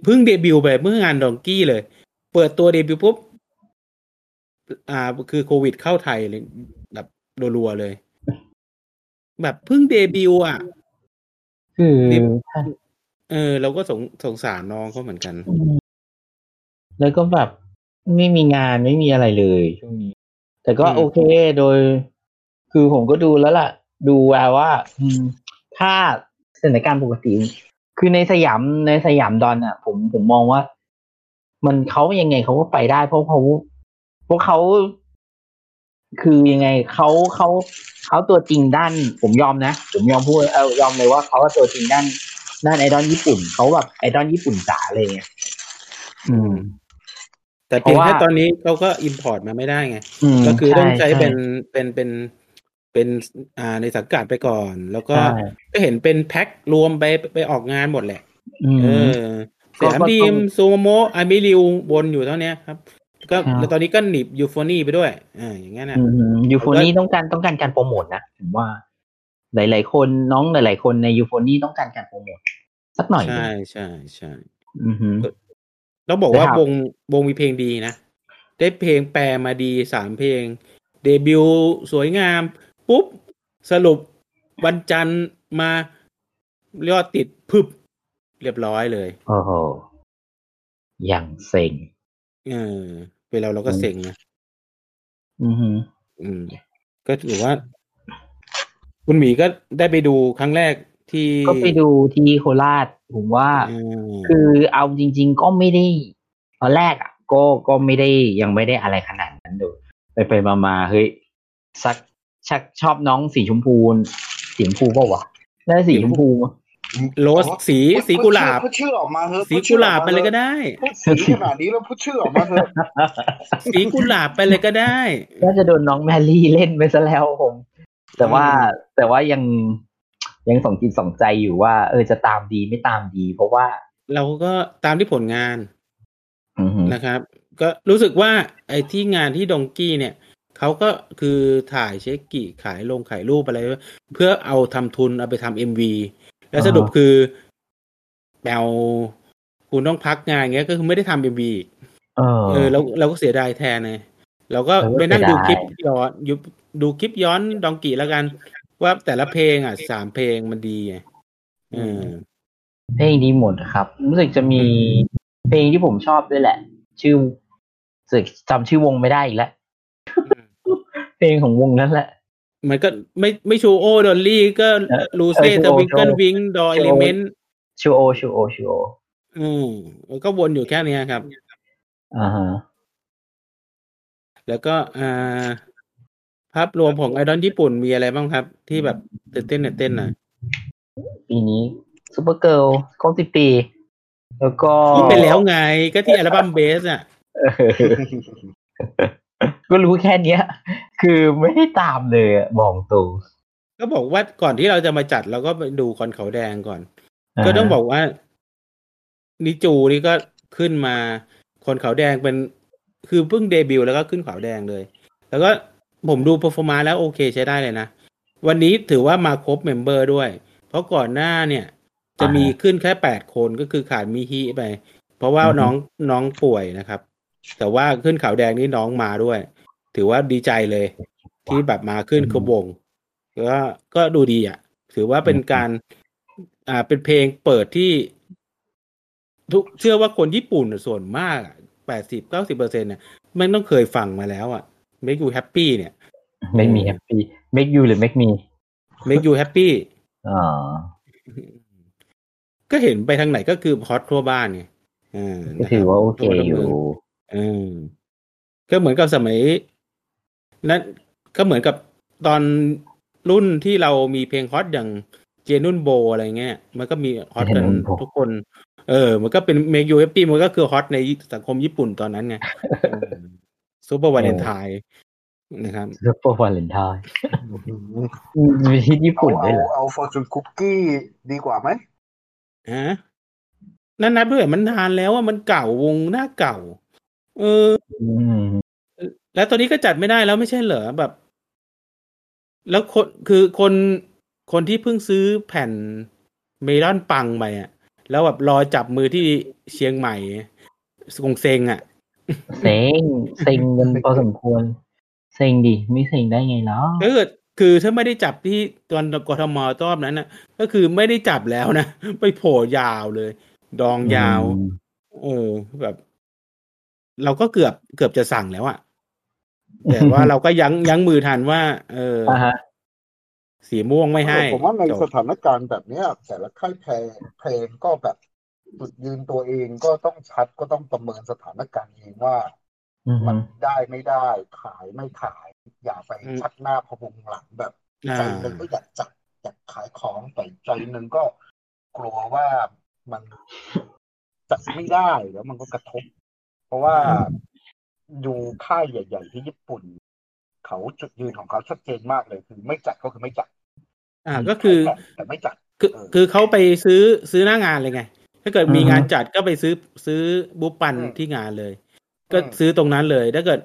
เพิ่งเดบิวต์ไปเมื่องานดองกี้เลย เปิดตัวเดบิวต์ปุ๊บ อ่า คือโควิดเข้าไทยเลยแบบรัวๆเลย แบบเพิ่งเดบิวต์อ่ะ
คือ
นี่ เออ เราก็สงสงสารน้องเขาเหมือนกัน
แล้วก็แบบไม่มีงานไม่มีอะไรเลยช่วงนี้ แต่ก็
อืม
โอเคโดย คือผมก็ดูแล้วล่ะ ดูแววว่า อืม ถ้าสถานการณ์ปกติ คือในสยามในสยามดอนอ่ะ ผมผมมองว่า มันเขายังไงเขาก็ไปได้ เพราะเขาเพราะเขา คือยังไงเขาเขาเขาตัวจริงด้าน ผมยอมนะ ผมยอมพูดเออยอมเลยว่าเขาว่าตัวจริงด้าน ด้านไอดอลญี่ปุ่นเขาแบบไอดอลญี่ปุ่นจ๋าเลยไงอืม
แต่เพียง
เพราะ
แค่
ว่า
ตอนนี้เขาก็อิมพอร์ตมาไม่ได้ไง
ม
ก็คือต้องใช้
ช่
เป็นเป็นเป็นเป็นอ่าในสังกัดไปก่อน แล้วก็
ใช่
ก็เห็นเป็นแพ็ครวมไปไปออกงานหมดแหละ
อืม
เออสยาม
ก็ก็
ดี
ต้อ
ม
ง
ซูโมโมอามิริววนอยู่เท่าเนี้ยครับ ก็
ครับ
แล้วตอนนี้ก็หนีบยูโฟนี่ไปด้วยอ่าอย่างเงี้ยนะ
ยูโฟนี่ต้องการต้องการการโปรโมทนะผมว่า หลาย ๆ คนน้องหลาย ๆ คนในยูโฟนี่ต้องการการโปรโมทสักหน่อย
ใช่ใช่ใช่
อือฮึ
แล้วบอกว่า
ครับ
วงวงมีเพลงดีนะ ได้เพลงแปลมาดีสามเพลง เดบิวต์สวยงาม ปุ๊บ สรุปวันจันทร์มายอดติดพึบ เรียบร้อยเลย
โอ้โหอย่างเซ็ง
เออไปเราเราก็
อืม
เซ็งนะ
อือฮึ
อืม ก็ถือว่า คุณหมีก็ได้ไปดูครั้งแรกที่
ก็ไปดูที่โคราชผมว่า
เออ
คือเอาจริง ๆ ก็ไม่ได้ตอนแรกอ่ะ ก็ก็ไม่ได้ยังไม่ได้อะไรขนาดนั้นดูไปไปมามาๆเฮ้ยสักชักชอบน้องสีชมพูสีชมพูเปล่าวะแล้วสีชมพู
โรสสีสีกุหลาบ
พูดชื่อออกมาเถอะ
สีกุหลาบไปเลยก็ได้
พูดสีขนาดนี้แล้วพูดชื่อออกมาเถ อะ
สีกุหลาบไปเลยก็ได้
น่าจะโดนน้องแมรี่เล่นไปซะแล้วผมแต่ว่า
อืม
แต่ว่ายังยังสองจิตสองใจอยู่ว่า เออจะตามดีไม่ตามดี เพราะว่า
เราก็ตามที่ผลงาน
อือหือ
นะครับ ก็รู้สึกว่า ไอ้ที่งานที่ดงกี้เนี่ย เขาก็คือถ่ายเชคกิขายลงขายรูปอะไร เพื่อเอาทำทุนเอาไปทำเอ็มวีแล้วสรุปคือแปลคุณต้องพักงานเงี้ย ก็คือไม่ได้ทำเอ็มวี
เออ
เออเราเราก็เสียดายแทนไงเราก็
เราก็
ไปนั่งดูค
เสี
ลิ
ย
ป
ดาย
ย้อนยุดูคลิปย้อนดองกีแล้วกัน ว่าแต่ละเพลงอ่ะสามเพลงมันดีไงเออ
เพลงดีหมดครับ รู้สึกจะมีเพลงที่ผมชอบด้วยแหละ ชื่อรู้สึกจำชื่อวงไม่ได้อีกแล้วเพลงของวงนั้นแหละ
มันก็ไม่ไม่ชูโอดอลลี่ก็ลูเซ่
เออชู
ท
โอ
วิงเกิล
ชูโอ
วิงดอเอลิเมนต์
ชูโอชูโอชูโอ
อืมแล้วก็วนอยู่แค่เนี้ยครับ
อ่าฮะ
แล้วก็อ่าภาพรวมของไอดอลญี่ปุ่นมีอะไรบ้างครับ ที่แบบตื่นเต้นตื่นเต้นน่ะ
ปีนี้ซูเปอร์เกิลครบสิบปี แล้วก็
พูดไปแล้วไงก็ที่อัลบั้มเบสอ่ะ
ก็รู้แค่เนี้ย คือไม่ได้ตามเลยอะบอกตรง
ก็บอกว่าก่อนที่เราจะมาจัดเราก็ไปดูคอนเขาแดงก่อน ก็ต้องบอกว่านิจูนี่ก็ขึ้นมาคนขาวแดงเป็น คือเพิ่งเดบิวต์แล้วก็ขึ้นขาวแดงเลย แล้วก็ผมดูเปอร์ฟอร์มาแล้วโอเคใช้ได้เลยนะ วันนี้ถือว่ามาครบเมมเบอร์ด้วย เพราะก่อนหน้าเนี่ย จะมีขึ้นแค่แปดคนก็คือขาดมิฮิไป เพราะว่าน้องน้องป่วยนะครับ แต่ว่าขึ้นขาวแดงนี่น้องมาด้วย ถือว่าดีใจเลย ที่แบบมาขึ้นครบวงก็ก็ดูดีอ่ะ ถือว่าเป็นการ อ่าเป็นเพลงเปิดที่ ทุกเชื่อว่าคนญี่ปุ่นส่วนมากอะ แปดสิบเก้าสิบเปอร์เซ็นเนี่ยมันต้องเคยฟังมาแล้วอะ make you happy เนี่ย
ไม่มีแฮปปี้ make you หรือ make me
make you happy
อ๋อ
ก็เห็นไปทางไหนก็คือฮอตทั่วบ้านไงอ่า
ก็
นะค
ถื
รั
อบ ว่าโอเคอยู่
เออก็เหมือนกับสมัยนั้นก็เหมือนกับตอนรุ่นที่เรามีเพลงฮอตอย่างเจนุ่นโบอะไรเงี้ย มันก็มีฮอตกัน
เจนุ่นโบ
ทุกคน เออ มันก็เป็นเมกยูเอปีมันก็คือฮอตในสังคมญี่ปุ่นตอน นั้นไงซูเปอร์วาเลนไทน์นะครับ
ซูเปอร์วาเลนไทน์มีที่ญี่ปุ่นด้วยเหรอ
เอาฟอร์จูนคุกกี้ดีกว่าไหม
ฮะนั่นนับด้วยมันนานแล้วอ่ะมันเก่าวงหน้าเก่า เออ
อืม
แล้วตอนนี้ก็จัดไม่ได้แล้วไม่ใช่เหรอแบบ แล้วคนคือคนคนที่เพิ่งซื้อแผ่นเมลอนปังไปอ่ะ แล้วแบบรอจับมือที่เชียงใหม่กงเซงอ่ะ
เซ็งเซ็งกันพอสมควร เซ็งดิ ไม่เซ็งได้ไงเนาะ
ถ้าเกิดคือถ้าไม่ได้จับที่ตอนกทมรอบนั้นนะก็คือไม่ได้จับแล้วนะ ไปโผล่ยาวเลย ดองยาว เออแบบ เราก็เกือบเกือบจะสั่งแล้วอะแต่ว่าเราก็ยั้งยั้งมือทันว่า เออ
อ่าฮะ
สีม่วงไม่ให้
ผมว่าใน
จบ
สถานการณ์แบบเนี้ย แต่ละค่ายเพลงเพลงก็แบบจุดยืนตัวเองก็ต้องชัดก็ต้องประเมินสถานการณ์เองว่า
อือฮึ
มันได้ไม่ได้ ขายไม่ขาย อย่าไปชักหน้าพะวงหลังแบบ
อ่า
ใจหนึ่งก็อยากจัดอยากขายของแต่ใจหนึ่งก็กลัวว่ามันจัดไม่ได้แล้วมันก็กระทบ เพราะว่าดูค่ายใหญ่ ๆ ที่ญี่ปุ่น เขาจุดยืนของเขาชัดเจนมากเลยคือ ไม่จัดก็คือไม่จัด
อ่าก็คือ
แต่ไม่จัด
คือ
เออ
คือเขาไปซื้อซื้อหน้างานเลยไง ถ้าเกิดมี
อือฮึ
งานจัดก็ไปซื้อซื้อบุปปัน
อืม
ที่งานเลย ก็
อืม
ซื้อตรงนั้นเลย ถ้าเกิด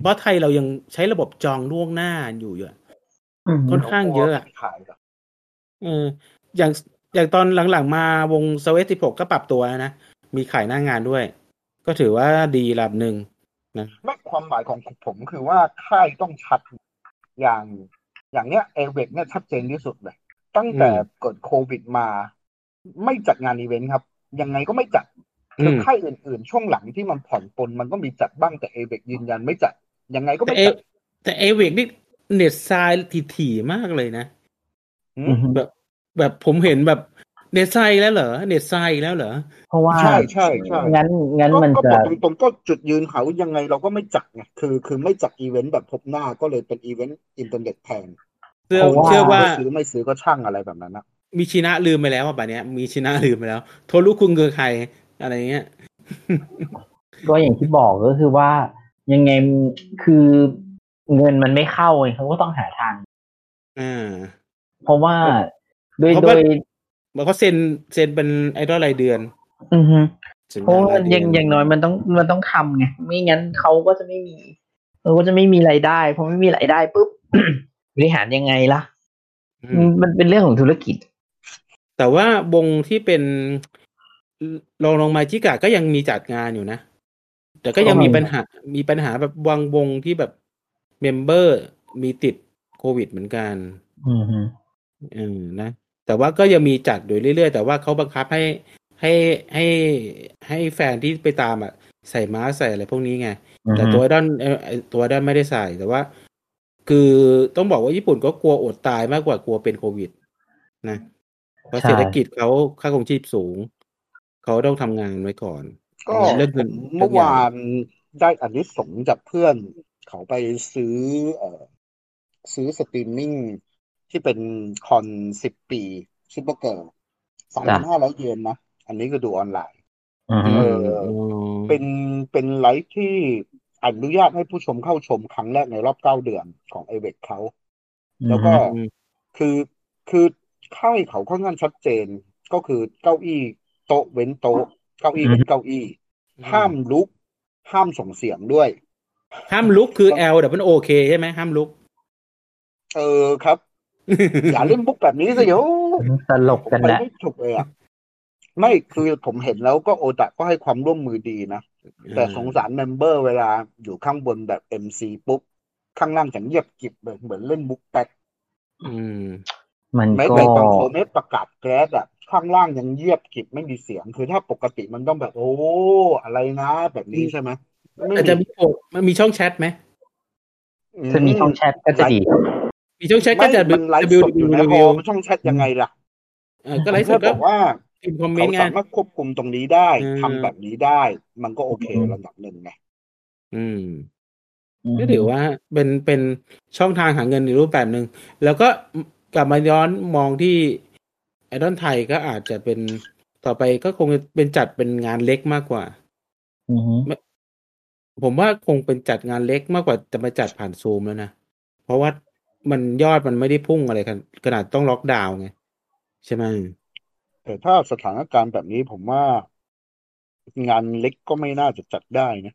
เพราะไทยเรายังใช้ระบบจองล่วงหน้าอยู่อยู่อะ
อือฮึ
ค่อนข้างเยอะอะ
ไม่ขายหรอก
เออ อย่างอย่างตอนหลังๆมาวงสวีทสิบหกก็ปรับตัวแล้วนะ มีขายหน้างานด้วย ก็ถือว่าดีระดับหนึ่ง
ไม่ความหมายของผมคือว่าค่ายต้องชัดอย่างอย่างเนี้ยเอเวกเนี่ยชัดเจนที่สุดเลย ตั้งแต่เกิดโควิดมา ไม่จัดงานอีเวนต์ครับ ยังไงก็ไม่จัด
อื
คือ
ม
ค่ายอื่นๆ ช่วงหลังที่มันผ่อนปลนมันก็มีจัดบ้างแต่เอเบกยืนยันไม่จัด ยังไงก็
แต่
ไม่
เอ
จัด
แต่เอเวกนี่เน็ตทรายถี่ๆมากเลยนะ
อื
อื
ม
อฮึ
แบบแบบผมเห็นแบบเน็ตทรายแล้วเหรอเน็ตทรายแล้วเหรอ
เพราะว่า
ใช่ใช่ใช่
งั้น งั้น
ก็
มัน
ก็
จะ
บอกตรงๆก็จุดยืนเขายังไงเราก็ไม่จัดไงคือ คือไม่จัดอีเวนต์แบบพบหน้าก็เลยเป็นอีเวนต์อินเทอร์เน็ตแทน
เชื่อ
พระ
เชื่อว่า
ซื้อไม่ซื้อก็ช่างอะไรแบบนั้นนะ
มีชินะลืมไปแล้วว่าป่านเนี้ยมีชินะลืมไปแล้ว โทรุคุงเกอร์ไคอะไรเงี้ย
ก็อย่างที่บอกก็คือว่า ยังไงคือเงินมันไม่เข้าไงเขาก็ต้องหาทาง
อ่า
เพราะว่าโดย
เพราะ
โด
ว่า
ย
มันก็เซ็นเซ็นเป็นไอดอลรายเดือน
อือฮึ
สัญญ
เพราะว่า
รา
มัน
เดื
ยังอย่างน้อยมันต้องมันต้องทำไงไม่งั้นเขาก็จะไม่มีเขาก็จะไม่มีรายได้พอไม่มีรายได้ปุ๊บ บริหารยังไงล่ะ
อื
อื
ม
มมันเป็นเรื่องของธุรกิจ
แต่ว่าวงที่เป็นลองลงมาจิกะก็ยังมีจัดงานอยู่นะ แต่ก็ยังมีปัญหามีปัญหาแบบวางวงที่แบบเมมเบอร์มีติดโควิดเหมือนกัน
อือฮึ
เออนะ แต่ว่าก็ยังมีจัดอยู่เรื่อยๆ แต่ว่าเขาบังคับให้ให้ให้ให้แฟนที่ไปตามอ่ะใส่ม้าสก์ใส่อะไรพวกนี้ไง
อือฮึ
แต่ตัวไอดอนเอ่อไอ้ตัวไอดอนไม่ได้ใส่แต่ว่า คือต้องบอกว่าญี่ปุ่นก็กลัวอดตายมากกว่ากลัวเป็นโควิด นะเพราะเศรษฐกิจเขาค่าครองชีพสูง เขาต้องทำงานไว้ก่อน
ก็
เรื่องเงิน
เมื่อวานได้อันนี้สงส์จากเพื่อน เขาไปซื้อ เอ่อ ซื้อสตรีมมิ่งที่เป็นคอนสิบปีซูเปอร์เกิร์ลสามพันห้าร้อยเยนนะ อันนี้ก็ดูออนไลน์
อือฮึ
เออ
ม
เป็นเป็นไลฟ์ที่อนุญาตให้ผู้ชมเข้าชมครั้งแรกในรอบเก้าเดือนของเอเวกเขา แล้วก็
อืม
คือคือค่ายเขาค่อนข้างชัดเจนก็คือเก้าอี้โต๊ะเว้นโต๊ะ เก้าอี้เว้นเก้าอี้ ห้ามลุก ห้ามส่งเสียงด้วย
ห้ามลุกคือ L แต่มันโอเคใช่ไหมห้ามลุก
เออครับ อย่าเล่นบุกแบบนี้สิโย
ตลกกัน
ไป
แหละ
ไม่ถูกเลยอ่ะ ไม่คือผมเห็นแล้วก็โอตะก็ให้ความร่วมมือดีนะ แต่สงสารเมมเบอร์เวลาอยู่ข้างบนแบบเอ็มซีปุ๊บ ข้างล่างจะเงียบกริบเลยเหมือนเล่นบุกแตก
อืม
มัน
แม้
ก็
แต่ตอนโคเมสประกาศแก๊สอ่ะ ข้างล่างยังเยียบกริบไม่มีเสียง คือถ้าปกติมันต้องแบบ โอ้อะไรนะ แบบนี้ใช่ไหมไม่
อาจจะมีโอกมันมีช่องแชทไหม
อื
ถ้ามีช่องแชทก็จะดี
มีช่องแชทก็
ไม่
จะ
มันไลฟ์สดอยู่นะพอ
www
มันช่องแชทยังไงล่ะ
เออก็ไลฟ์ส
แค่
ด
บ
ก็
อกว่า
พิมพ์คอมเมน
เขา
ต์ไง
สามารถควบคุมตรงนี้ได้
อืม
ทำแบบนี้ได้ มันก็โอเคระดับหนึ่งไง
อืม ก็ถือว่าเป็นเป็นช่องทางหาเงินในรูปแบบหนึ่งแล้วก็กลับมาย้อนมองที่ไอดอลไทยก็อาจจะเป็นต่อไปก็คงเป็นจัดเป็นงานเล็กมากกว่า
อือฮึ
ผมว่าคงเป็นจัดงานเล็กมากกว่าจะมาจัดผ่านซูมแล้วนะ เพราะว่ามันยอดมันไม่ได้พุ่งอะไรกันขนาดต้องล็อกดาวน์ไง ใช่ไหม
แต่ถ้าสถานการณ์แบบนี้ผมว่า งานเล็กก็ไม่น่าจะจัดได้นะ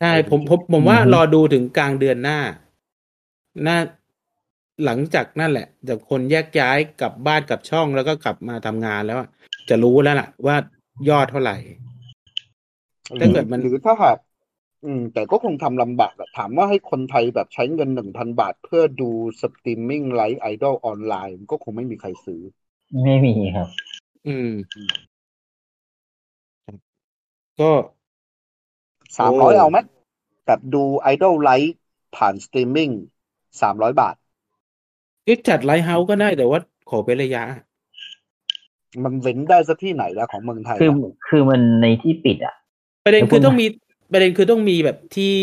ใช่ผมผมผมว่ารอดูถึงกลางเดือนหน้าหน้าหลังจากนั่นแหละจากคนแยกย้ายกลับบ้านกลับช่องแล้วก็กลับมาทำงานแล้วอะจะรู้แล้วล่ะ ว่ายอดเท่าไหร่
ห
ถ้า
รือ
เกิดมัน
หรือถ้าหากอืม แต่ก็คงทำลำบากอะถามว่าให้คนไทยแบบใช้เงินหนึ่งพันบาท เพื่อดูสตรีมมิ่งไลฟ์ไอดอลออนไลน์ก็คงไม่มีใครซื้อ
ไม่มีครับ
อืม ก็
สามร้อยเอาไหมแบบดูไอดอลไลฟ์ผ่านสตรีมมิ่งสามร้อยบาท
ก็จัดไลท์เฮาส์ก็ได้แต่ว่าขอเป็นระยะ
มันเว้นได้สักที่ไหนแล้วของเมืองไทย
คือ
อะ
คือมันในที่ปิดอ่ะ
ประเด็น
แล้ว
คือ
คุณ
ต้องมีประเด็นคือต้องมีแบบที่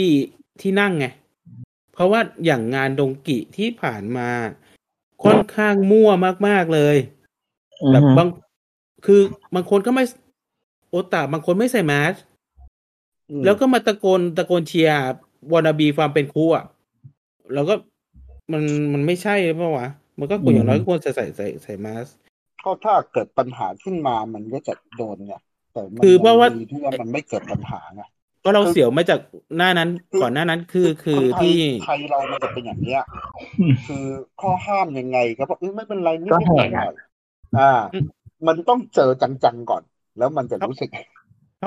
ที่นั่งไง เพราะว่าอย่างงานดงกิที่ผ่านมาค่อนข้างมั่วมาก ๆ เลย แบบ
อือฮึ
บางคือบางคนก็ไม่โอตาบางคนไม่ใส่แมสแล้วก็มาตะโกนตะโกนเชียร์วานาบีความเป็นครูอ่ะแล้วก็มันมันไม่ใช่หรือเปล่าวะมันก็ควรอย่างน้อยก็ควรจะใส่ใส่ใส่แมส
ก็ถ้าเกิดปัญหาขึ้นมามันก็จะโดนไงแต่มัน
คือเพราะว่า
ดีที่ว่ามันไม่เกิดปัญหาไง
ก็เราเสียวมาจากหน้านั้น ก่อนหน้านั้นคือคือ
คนไทย
ที่
ไทยเรามันจะเป็นอย่างเนี้ย คือข้อห้ามยังไงก็บอกเอ้ยไม่เป็นไรนี่
ก็
ไม่
แห
เป็น
ก
ไร
อะ
อ่า
อืม
มันต้องเจอจังๆก่อน แล้วมันจะรู้สึก
ครั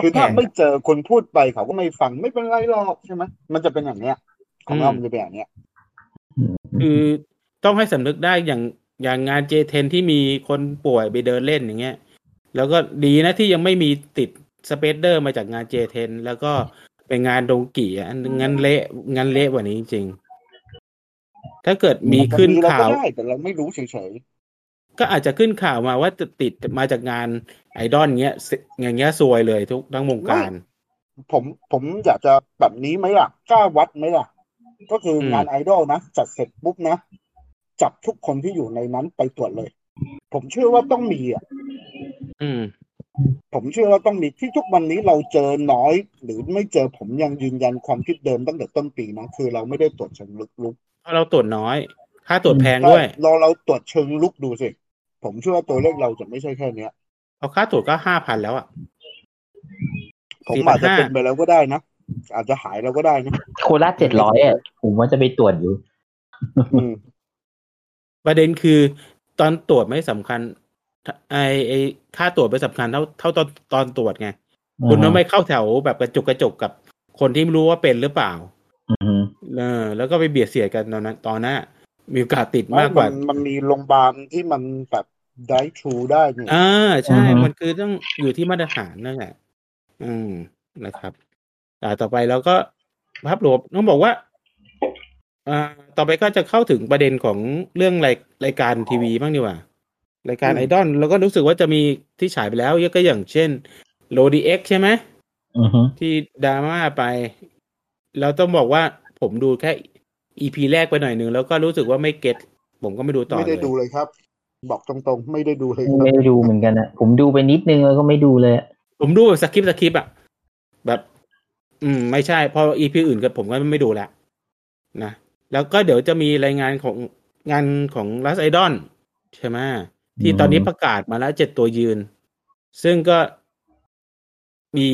บ
คือถ้า
แหกอะ
ไม่เจอคนพูดไปเขาก็ไม่ฟังไม่เป็นไรหรอกใช่ไหมมันจะเป็นอย่างเนี้ย ของเรา
อืม
มันจะเป็นอย่างเนี้ย
คือต้องให้สำนึกได้อย่างอย่างงานเจเทนที่มีคนป่วยไปเดินเล่นอย่างเงี้ย แล้วก็ดีนะที่ยังไม่มีติดสเปซเดอร์มาจากงานเจเทนแล้วก็เป็นงานดงกี่อ่ะงานเละงานเละกว่านี้จริงๆถ้าเกิดมีขึ้น
มีเรา
ข่าว
ก็ได้แต่เราไม่รู้เฉย
ก็อาจจะขึ้นข่าวมาว่าจะติดมาจากงานไอดอลเงี้ยเสอย่างเงี้ยซวยเลยทุกทั้งวงการ
ๆผมผมอยากจะแบบนี้ไหมล่ะกล้าวัดไหมล่ะ ก็คือ
ม
งานไอดอลนะจัดเสร็จปุ๊บนะ จับทุกคนที่อยู่ในนั้นไปตรวจเลย ผมเชื่อว่าต้องมีอ่ะ
อืม
ผมเชื่อว่าต้องมีที่ทุกวันนี้เราเจอน้อย หรือไม่เจอผมยังยืนยันความคิดเดิมตั้งแต่ต้นปีนะคือเราไม่ได้ตรวจเชิงลึกลุก
เพราะเราตรวจน้อย ค่าตรวจแพง
ถ้า
ด้วย
เราเราตรวจเชิงลุกดูสิผมเชื่อว่าตัวเลขเราจะไม่ใช่แค่เนี้ย
เพราะค่าตรวจก็ห้าพันแล้วอ่ะ
ผม
สี่พันห้า
อาจจะเป็นไปแล้วก็ได้นะอาจจะหายแล้วก็ได้นะ
โคราชเจ็ดร้อยอ่ะ ผมว่าจะไปตรวจอยู่
อืม
ประเด็นคือตอนตรวจไม่สำคัญถ้าไอไอค่าตรวจไม่สำคัญเท่าเท่าตอนตอนตรวจไง คุณต้องไม่เข้าแถวแบบกระจุกกระจกกับคนที่ไม่รู้ว่าเป็นหรือเปล่า
อือฮึ
เออแล้วก็ไปเบียดเสียดกันตอนนั้นตอนนั้นอะมีโอกาสติดมากก
มั
ว่าน
มันมีโรงพยาบาลที่มันแบบได้ชูได้เนี่ย
อ่าใช่มันคือต้องอยู่ที่มาตรฐานนั่นแหละอืมนะครับอ่าต่อไปแล้วก็ภาพรวมต้องบอกว่าอ่าต่อไปก็จะเข้าถึงประเด็นของเรื่องรายรายการทีวีบ้างดีกว่า รายการไอดอลแล้วก็รู้สึกว่าจะมีที่ฉายไปแล้วก็อย่างเช่นโลดีเอ็กใช่ไหม
อือฮึ
ที่ดราม่าไป แล้วต้องบอกว่าผมดูแค่อีพีแรกไปหน่อยหนึ่งแล้วก็รู้สึกว่าไม่เก็ตผมก็ไม่ดูต่อ
ไม่
เล
ได้
ย
ดูเลยครับ บอกตรงๆ ไม่ได้ดูเลยค
ไม่
รับ
ได้ดูเหมือนกันอ่ะ ผมดูไปนิดนึงแล้วก็ไม่ดูเลยอะ
ผมดูแบบสคริปต์สคริปต์อะแบบ อืม ไม่ใช่พออีพีอื่นก็ผมก็ไม่ดูละนะแล้วก็เดี๋ยวจะมีรายงานของงานของลัสไอดอนใช่ไหมที่ตอนนี้ประกาศมาแล้วเจ็ดตัวยืน ซึ่งก็มี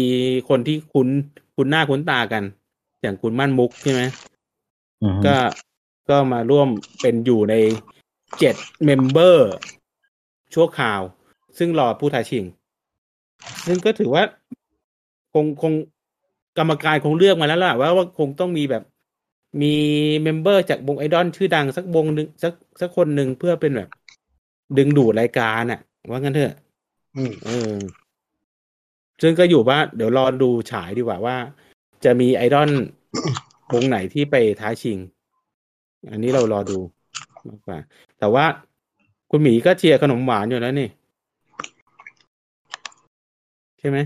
คนที่คุ้นคุ้นหน้าคุ้นตากัน อย่างคุณมั่นมุกใช่ไหม
อือฮึ
ก็ก็มาร่วมเป็นอยู่ในเจ็ดเมมเบอร์ชั่วคราว ซึ่งรอผู้ท้าชิง ซึ่งก็ถือว่าคงคงกรรมการคงเลือกมาแล้วล่ะว่าว่าคงต้องมีแบบมีเมมเบอร์จากวงไอดอลชื่อดังสักวงหนึ่งสักสักคนหนึ่งเพื่อเป็นแบบ ดึงดูดรายการน่ะ ว่างั้นเถอะ
อืม
เออซึ่งก็อยู่ว่าเดี๋ยวรอดูฉายดีกว่าว่า จะมีไอดอล วงไหนที่ไปท้าชิง อันนี้เรารอดูมากกว่า แต่ว่าคุณหมีก็เชียร์ขนมหวานอยู่แล้วนี่ ใช่ไหม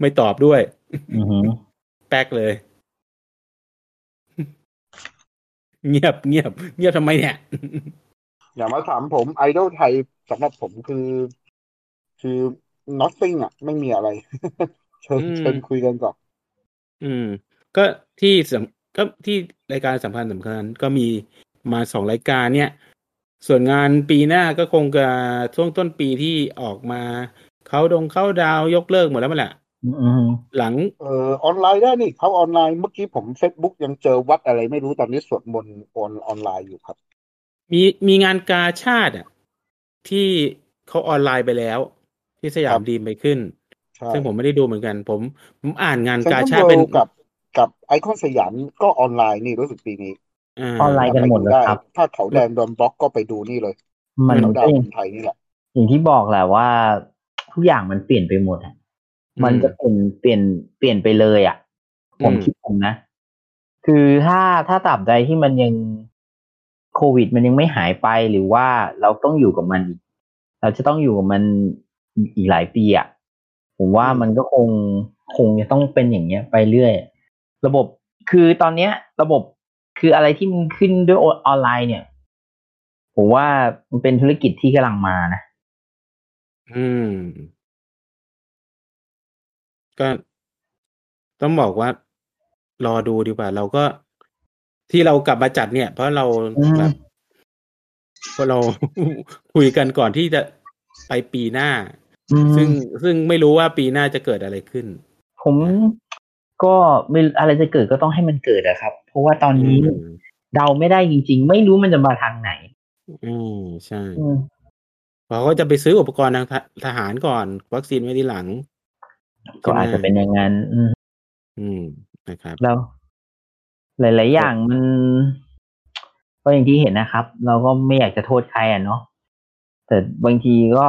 ไม่ตอบด้วย
อือหือ
แป๊กเลย เงียบเงียบ เงียบทำไมเนี่ย
อย่ามาถามผมไอดอลไทยสำหรับผมคือ คือ nothing อ่ะ ไม่มีอะไร เชิญ
อืม
เชิญคุยกันก่อน
อืม ก็ที่สำก็ที่รายการสำคัญสำคัญก็มีมาสองรายการเนี่ย ส่วนงานปีหน้าก็คงจะช่วงต้นปีที่ออกมา เขาดงเข้าดาวยกเลิกหมดแล้วมั้งแหละ
อือหือ
หลัง
เออออนไลน์ได้นี่เขาออนไลน์เมื่อกี้ผม Facebook ยังเจอวัดอะไรไม่รู้ตอนนี้สวดมนต์ออนออนไลน์อยู่ครับ
มีมีงานกาชาติอ่ะที่เขาออนไลน์ไปแล้ว ที่สยา
ครั
ม
บ
ดีมไปขึ้น
ใช่
ซึ่งผมไม่ได้ดูเหมือนกัน ผมผมอ่านงาน
เซ็น
กา
ทรัล
ชาติ
เวิ
เป็น
ลด์กับกับไอคอนสยามก็ออนไลน์นี่รู้สึกปีนี้
า
ออนไลน์กันหมดเลยครับ
ถ้าเขาแดงดอนบล็อกก็ไปดูนี่เลย
มัน
เขาดา
ก็
ว
อย่า
ค
ง
นไทยนี่แหละ
อย่างที่บอกแหละว่า ทุกอย่างมันเปลี่ยนไปหมดอะมันจะเปลี่ยนเปลี่ยนเปลี่ยนไปเลยอ่ะ ผม
อืม
คิดผมนะ คือถ้าถ้าตราบใดที่มันยังโควิดมันยังไม่หายไปหรือว่าเราต้องอยู่กับมันอีกเราจะต้องอยู่กับมันอีกหลายปีอ่ะผมว่ามันก็คงคงจะต้องเป็นอย่างเงี้ย ไปเรื่อย ระบบคือตอนเนี้ย ระบบคืออะไรที่มันขึ้นด้วยออนไลน์เนี่ย ผมว่ามันเป็นธุรกิจที่กำลังมานะ
อืม ก็ต้องบอกว่า รอดูดีกว่า เราก็ที่เรากลับมาจัดเนี่ย เพราะเรา
อืม
แบบเพราะเรา คุยกันก่อนที่จะไปปีหน้า
อืม
ซึ่งซึ่งไม่รู้ว่าปีหน้าจะเกิดอะไรขึ้น
ผมก็ไม่อะไรจะเกิดก็ต้องให้มันเกิดอะครับ เพราะว่าตอนนี้
อืม
เดาไม่ได้จริง ๆ ไม่รู้มันจะมาทางไหน
อืมใช่
อืม
เพราะเขาจะไปซื้ออุปกรณ์ทางททหารก่อน วัคซีนไว้ทีหลัง
ก็อาจจะเป็นอย่างนั้นอืม
อืมนะครับ
แล้ว หลาย ๆ อย่างมัน ก็อย่างที่เห็นนะครับ เราก็ไม่อยากจะโทษใครอ่ะเนาะแต่บางทีก็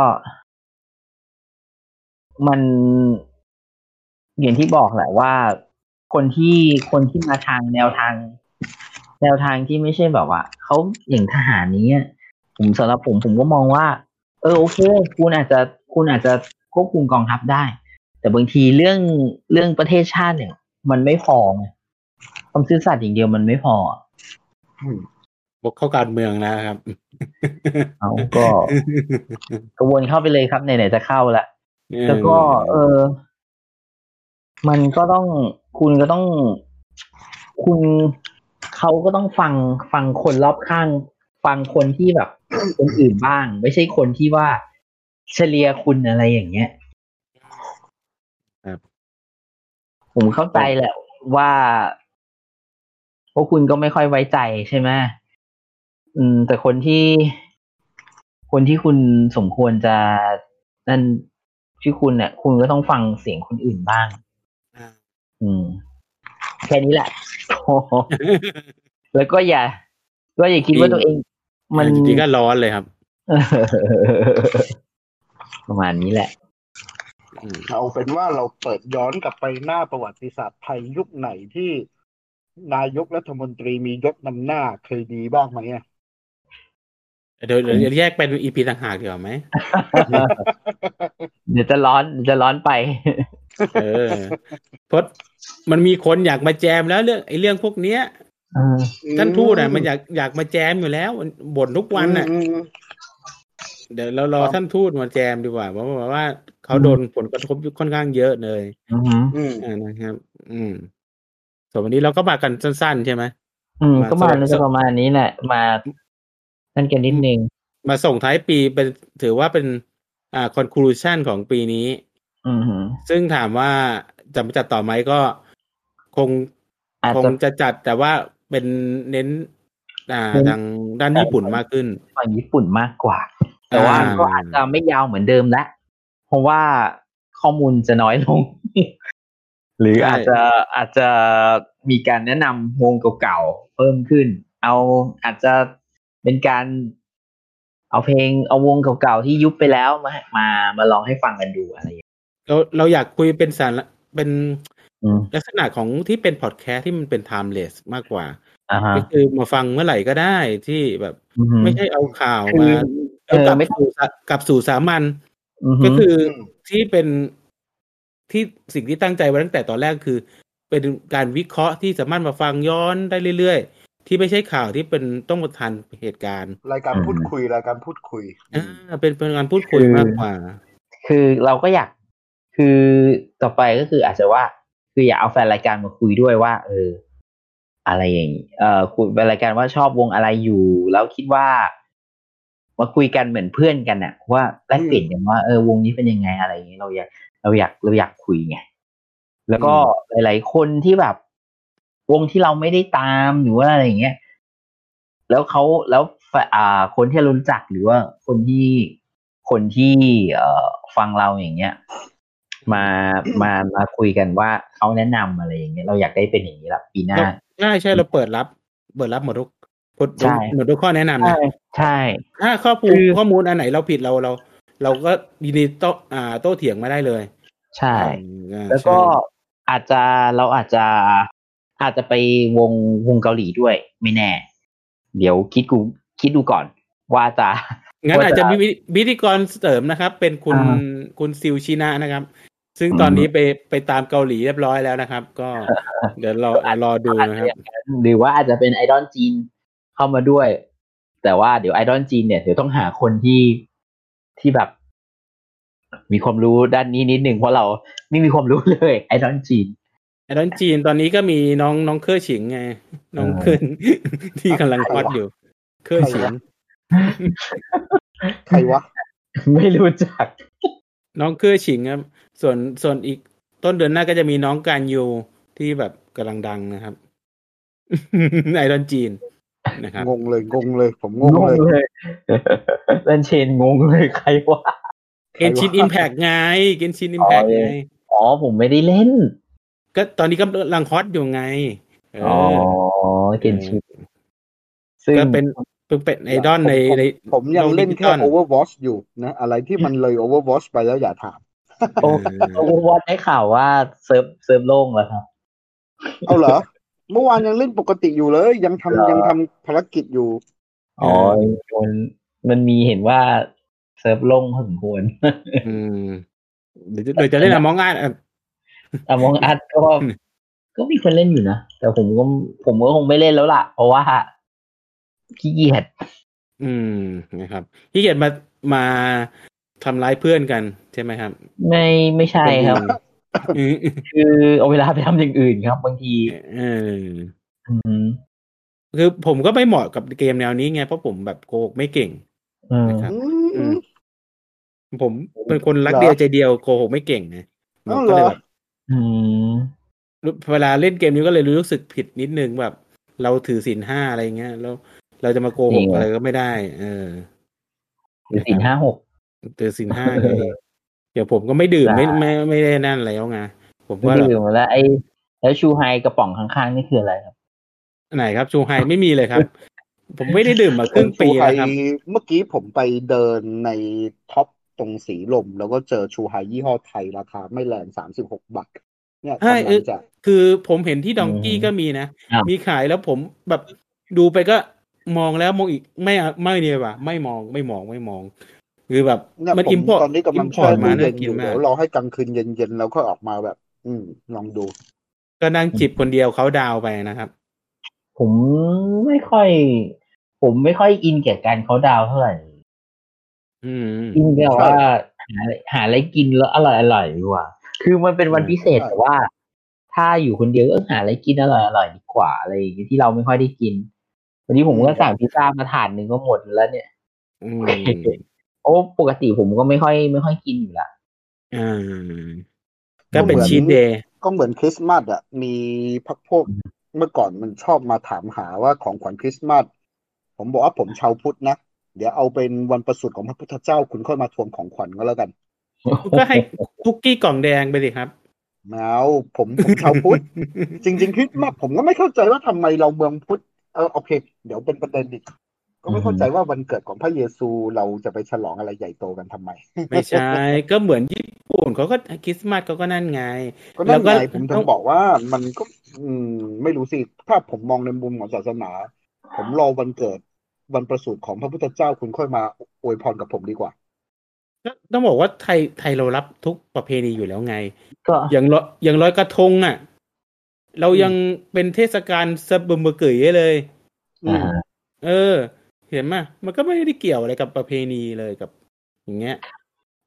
มันอย่างที่บอกแหละว่า คนที่คนที่มาทางแนวทาง แนวทางที่ไม่ใช่แบบว่าเขาอย่างทหารนี้ยผมสำหรับผมผมก็มองว่า เออโอเค คุณอาจจะคุณอาจจะควบคุมกองทัพได้ แต่บางทีเรื่องเรื่องประเทศชาติเนี่ย มันไม่พอไงความซื่อสัตย์อย่างเดียวมันไม่พอ
บกเข้าการเมืองนะครับ
เอาก็ กระวนเข้าไปเลยครับไหนๆจะเข้าละแล้วก็ เออ มันก็ต้องคุณก็ต้อง คุณเขาก็ต้องฟังฟังคนรอบข้าง ฟังคนที่แบบ คนอื่นบ้าง ไม่ใช่คนที่ว่าเฉลียคุณอะไรอย่างเงี้ย
ครับ
ผมเข้าใจแหละว่าพวกคุณก็ไม่ค่อยไว้ใจใช่ไหมอืม แต่คนที่ คนที่คุณสมควรจะนั่นที่คุณเนี่ยคุณก็ต้องฟังเสียงคนอื่นบ้าง อืม แค่นี้แหละ แล้วก็อย่า ก็อย่าคิดว่าตัวเอง
มั
มัน น
จริงๆก็ร้อนเลยครับ
ประมาณนี้แหละ
อืม
เอาเป็นว่าเราเปิดย้อนกลับไปหน้าประวัติศาสตร์ไทยยุคไหนที่นายกรัฐมนตรีมียศนำหน้าเคยดีบ้างไหมอะ
เดี๋ยวเดี๋ยวแยกเป็นอีพีต่างหากดีกว่าไหม
เดี๋ยวจะร้อนเดี๋ยวจะร้อนไป
เออเพราะมันมีคนอยากมาแจมแล้วเรื่องไอ้เรื่องพวกเนี้ย
เออ
ท่านทูตอ่ะมันอยากอยากมาแจมอยู่แล้วบ่นทุกวัน
อ่ะ
อ่ะ เดี๋ยวเรารอ
ครับ
ท่านทูตมาแจมดีกว่าเพราะว่าว่าเขาโดนผลกระทบค่อนข้างเยอะเลย
อือหือ
อืม
อ่านะครับ อืมส่วนวันนี้เราก็มากันสั้น ๆ ใช่ไหม
อืม
มา
ก็มา
สำหรับ
จะประมาณนี้แหละ มานั่นกันนิดนึง
มาส่งท้ายปีเป็นถือว่าเป็นอ่า conclusion ของปีนี้
อือหือ
ซึ่งถามว่าจะมาจัดต่อไหมก็คง
อาจ
ค
จะ
งจะจัดแต่ว่าเป็นเน้น อ่า
เน้น
ทางด้านญี่ปุ่นมากขึ้น
ฝั่งญี่ปุ่นมากกว่า แต่ว่า
อ่า
ก็อาจจะไม่ยาวเหมือนเดิมละเพราะว่าข้อมูลจะน้อยลง หรืออาจจะอาจจะมีการแนะนำวงเก่าๆเพิ่มขึ้น เอาอาจจะเป็นการ เอา เอาเพลงเอาวงเก่าๆที่ยุบไปแล้วมามามาลองให้ฟังกันดูอะไรอย่างเงี้ย
เราเราอยากคุยเป็นสาระเป็น
อืม
ลักษณะของที่เป็นพอดแคสต์ที่มันเป็น timeless มากกว่า
อ่าฮะ
ก็คือมาฟังเมื่อไหร่ก็ได้ที่แบบ
อือฮึ
ไม่ใช่เอาข่าว
คือ
มา
เอ
แล้ว
อ
กลับ
ไม่
สู่สะกลับสู่สามัญ
อือฮึ
ก็คือที่เป็นที่สิ่งที่ตั้งใจไว้ตั้งแต่ตอนแรกคือ เป็นการวิเคราะห์ที่สามารถมาฟังย้อนได้เรื่อยๆ ที่ไม่ใช่ข่าวที่เป็นต้องมาทันเหตุการณ์
รายการพูดคุยรายการพูดคุย
อ่าเป็นเป็นการพูดคุยมากกว่า
คือเราก็อยาก คือต่อไปก็คืออาจจะว่า คืออยากเอาแฟนรายการมาคุยด้วยว่า เออ อะไรอย่างงี้เออคุยแฟนรายการว่าชอบวงอะไรอยู่ แล้วคิดว่า มาคุยกันเหมือนเพื่อนกันน่ะว่าแลกเปลี่ยนกันว่าเออวงนี้เป็นยังไงอะไรอย่างงี้เราอยาก เราอยากเราอยากคุยไง แล้วก็หลาย ๆ คนที่แบบ วงที่เราไม่ได้ตามหรือว่าอะไรอย่างเงี้ย แล้วเขาแล้วฝอ่า คนที่เรารู้จักหรือว่าคนที่คนที่เอ่อฟังเราอย่างเงี้ย มามามาคุยกันว่าเขาแนะนำอะไรอย่างเงี้ยเราอยากได้เป็นอย่างนี้ละปีหน้า
ใช่ใช่เราเปิดรับ เปิดรับหมดทุกหมด
ใช่
หมดทุกข้อแนะนำ
ใช่
นะ
ใช่
ถ้าข้อมูล
คือ
ข้อมูลอันไหนเราผิดเราเรา เราก็ยินดีโต้อ่าโต้เถียงมาได้เลย
ใช่
อ่า
แล้วก็
ใช่
อาจจะเราอาจจะอาจจะไปวงวงเกาหลีด้วย ไม่แน่ เดี๋ยวคิดกูคิดดูก่อน ว่าจะ
งั้น
ว่าจะ
อาจจะมีวิพิธีกรเสริมนะครับ เป็นคุณ
อ่า
คุณซิลชินะนะครับ ซึ่ง
อืม
ตอนนี้ไปไปตามเกาหลีเรียบร้อยแล้วนะครับ ก็ เดี๋ยวรอรอดูนะครับ
หรือว่าอาจจะเป็นไอดอลจีนเข้ามาด้วย แต่ว่าเดี๋ยวไอดอลจีนเนี่ยเดี๋ยวต้องหาคนที่ที่แบบ มีความรู้ด้านนี้นิดหนึ่งเพราะเราไม่มีความรู้เลยไอดอลจีน
ไอ้ดอนจีนตอนนี้ก็มีน้องน้องเครือฉิงไง น้อง
อ่า
เครืน ที่กำลังฮอตอยู่ เครือฉิง
ใครวะ
ไม่รู้จัก
น้องเครือฉิงครับ ส่วนส่วนอีกต้นเดือนหน้าก็จะมีน้องการยูที่แบบกำลังดังนะครับ ไอดอนจีนนะครับ
งงเลยงงเลย ผมงงเลย
เลยเล่นเช นงงเลยใครวะ
เกนชินอิมแพกไง เกนชินอิมแพก
อ๋อ
ไง
อ๋อผมไม่ได้เล่น
ก็ตอนนี้ก็ลังฮอตอยู่ไง เออ
อ๋อเกนชิซึ่ง
ก็เป็นเป็นเป็นไอดอลในใน
ผมยังเล่น
โดิจิ
แค่
ทั
Overwatch อยู่นะ อะไรที่มันเลย Overwatch ไปแล้วอย่าถาม
โอ้โอเวอร์วอตได้ข่าวว่าเซิร์ฟเซิร์ฟโล่งแล้วครับ
เอาเหรอ เมื่อวานยังเล่นปกติอยู่เลย ยัง
เหรอ
ทำยังทำภารกิจอยู่
อ๋อมันมันมีเห็นว่าเซิร์ฟโล่งพอสมควร
อืมเดี๋ยวจะเดี๋ยวจะเล่นอะมองอ่ะ
อมองอัดก็ ก็มีคนเล่นอยู่นะ แต่ผมก็ผมก็คงไม่เล่นแล้วล่ะ เพราะว่าขี้เกียจ
อืมนะครับขี้เกียจมามาทำร้ายเพื่อนกันใช่ไหมครับ
ไม่ไม่ใช่ครับ
อืม
คือเอาเวลาไปทำอย่างอื่นครับ บางที
เออ
อืม
คือผมก็ไม่เหมาะกับเกมแนวนี้ไง เพราะผมแบบโกหกไม่เก่ง
เออ
นะครับ
อื
อื
ม
ม ผมเป็นคนรัก
เหรอ
เดียวใจเดียวโกหกไม่เก่งไงผ
เอ้าม เหรอ
ก็เลยแบบ
อืม
เวลาเล่นเกมนี้ก็เลยรู้สึกผิดนิดนึงแบบ เราถือศีลห้าอะไรเงี้ยแล้วเราจะมาโก
จ
ห
ริ
ก
งเหรออ
อะไรก็ไม่ได้ เออ
หรือสี่ห้าหก
ถือศีลห้าไงเดี๋ยวผมก็ไม่ ดื่ม
ได้
ไม่ไม่ไม่ได้นั่นแล้วไงผม
ไม่
ก็แบบ
ดื่มแล้วไอ้แล้วชูไฮกระป๋องข้างๆนี่คืออะไรครับ
ไหนครับชูไฮไม่มีเลยครับ ผมไม่ได้ดื่มมาครึ่งปี
ไฮ
แล้วครับ
เมื่อกี้ผมไปเดินในท็อปตรงสีลม แล้วก็เจอชูไฮยี่ห้อไทยราคาไม่แรงสามสิบหกบาทเนี่ย
ใช่
กำ
เอ
ลั
อ
งจะ
คือผมเห็นที่ดองกี้
อืม
ก็มีนะ
อ้าว
มีขายแล้วผมแบบดูไปก็มองแล้วมองอีกไม่เอาไม่เนี่ยว่ะไม่มองไม่มองไม่มอง คือแบบ
เนี่ย
มัน
ผ
อิ
ม
มพอร์ต
ตอนนี้กำลัง
อ
แช่
มา
ตู้
น่า
เย็น
กิ
อน ยู่
มา
เดี๋ย
ก
วรอให้กลางคืนเย็นๆแล้วค่อยออกมาแบบ อืม ลองดู
ก็นั่งจิบคนเดียวเขาดาวน์ไปนะครับ
ผมไม่ค่อย ผมไม่ค่อยอินกับการเขาดาวเท่าไหร่
อืม
อินกับ
ใช่
ว่าหาหาอะไรกินแล้วอร่อยอร่อยดีกว่า คือมันเป็นวันพิเศษ
ใช่
แต่ว่า ถ้าอยู่คนเดียวก็หาอะไรกินอร่อยอร่อยดีกว่าอะไรอย่างเงี้ยที่เราไม่ค่อยได้กิน วันนี้ผมก็สั่งพิซซ่ามาถาดหนึ่งก็หมดแล้วเนี่ย
อืม
โอ้ปกติผมก็ไม่ค่อยไม่ค่อยกินอยู่ละ
อ่าก็เป็นชีทเดย์
ก็เหมือนคริสต์มาสอ่ะ มีพักพวกเมื่อก่อนมันชอบมาถามหาว่าของขวัญคริสต์มาสผมบอกว่าผมชาวพุทธนะ เดี๋ยวเอาเป็นวันประสูติของพระพุทธเจ้าคุณค่อยมาทวงของขวัญก็แล้วกัน
ก็ให้คุกกี้กล่องแดงไปสิครับ
เอาผมผมชาวพุทธ จริงๆคริสต์มาสผมก็ไม่เข้าใจว่าทำไมเราเมืองพุทธเออโอเค เดี๋ยวเป็นประเด็นอีก ก็ไม่เข้าใจว่าวันเกิดของพระเยซูเราจะไปฉลองอะไรใหญ่โตกันทำไม
ไม่ใช่ ก็เหมือนญี่ปุ่นเขาก็คริสต์มาสเขาก็นั่นไง
ก็นั่น
แล้
ไง
วก็
ผมถึ
ต้
ง
อง
บอกว่ามันก็ อืม ไม่รู้สิถ้าผมมองในมุมของศาสนา ผมรอวันเกิดวันประสูติของพระพุทธเจ้าคุณค่อยมาอวยพรกับผมดีกว่า
ก็ต้องบอกว่าไทยไทยเรารับทุกประเพณีอยู่แล้วไง
ก็
อย่างร้อยอย่างร้อยกระทงอ่ะ เรายังเป็นเทศกาลสะบึมบะเกยเลย
อืม
อ่า
เออ เห็นไหมยมันก็ไม่ได้เกี่ยวอะไรกับประเพณีเลยกับ อย่างเงี้ย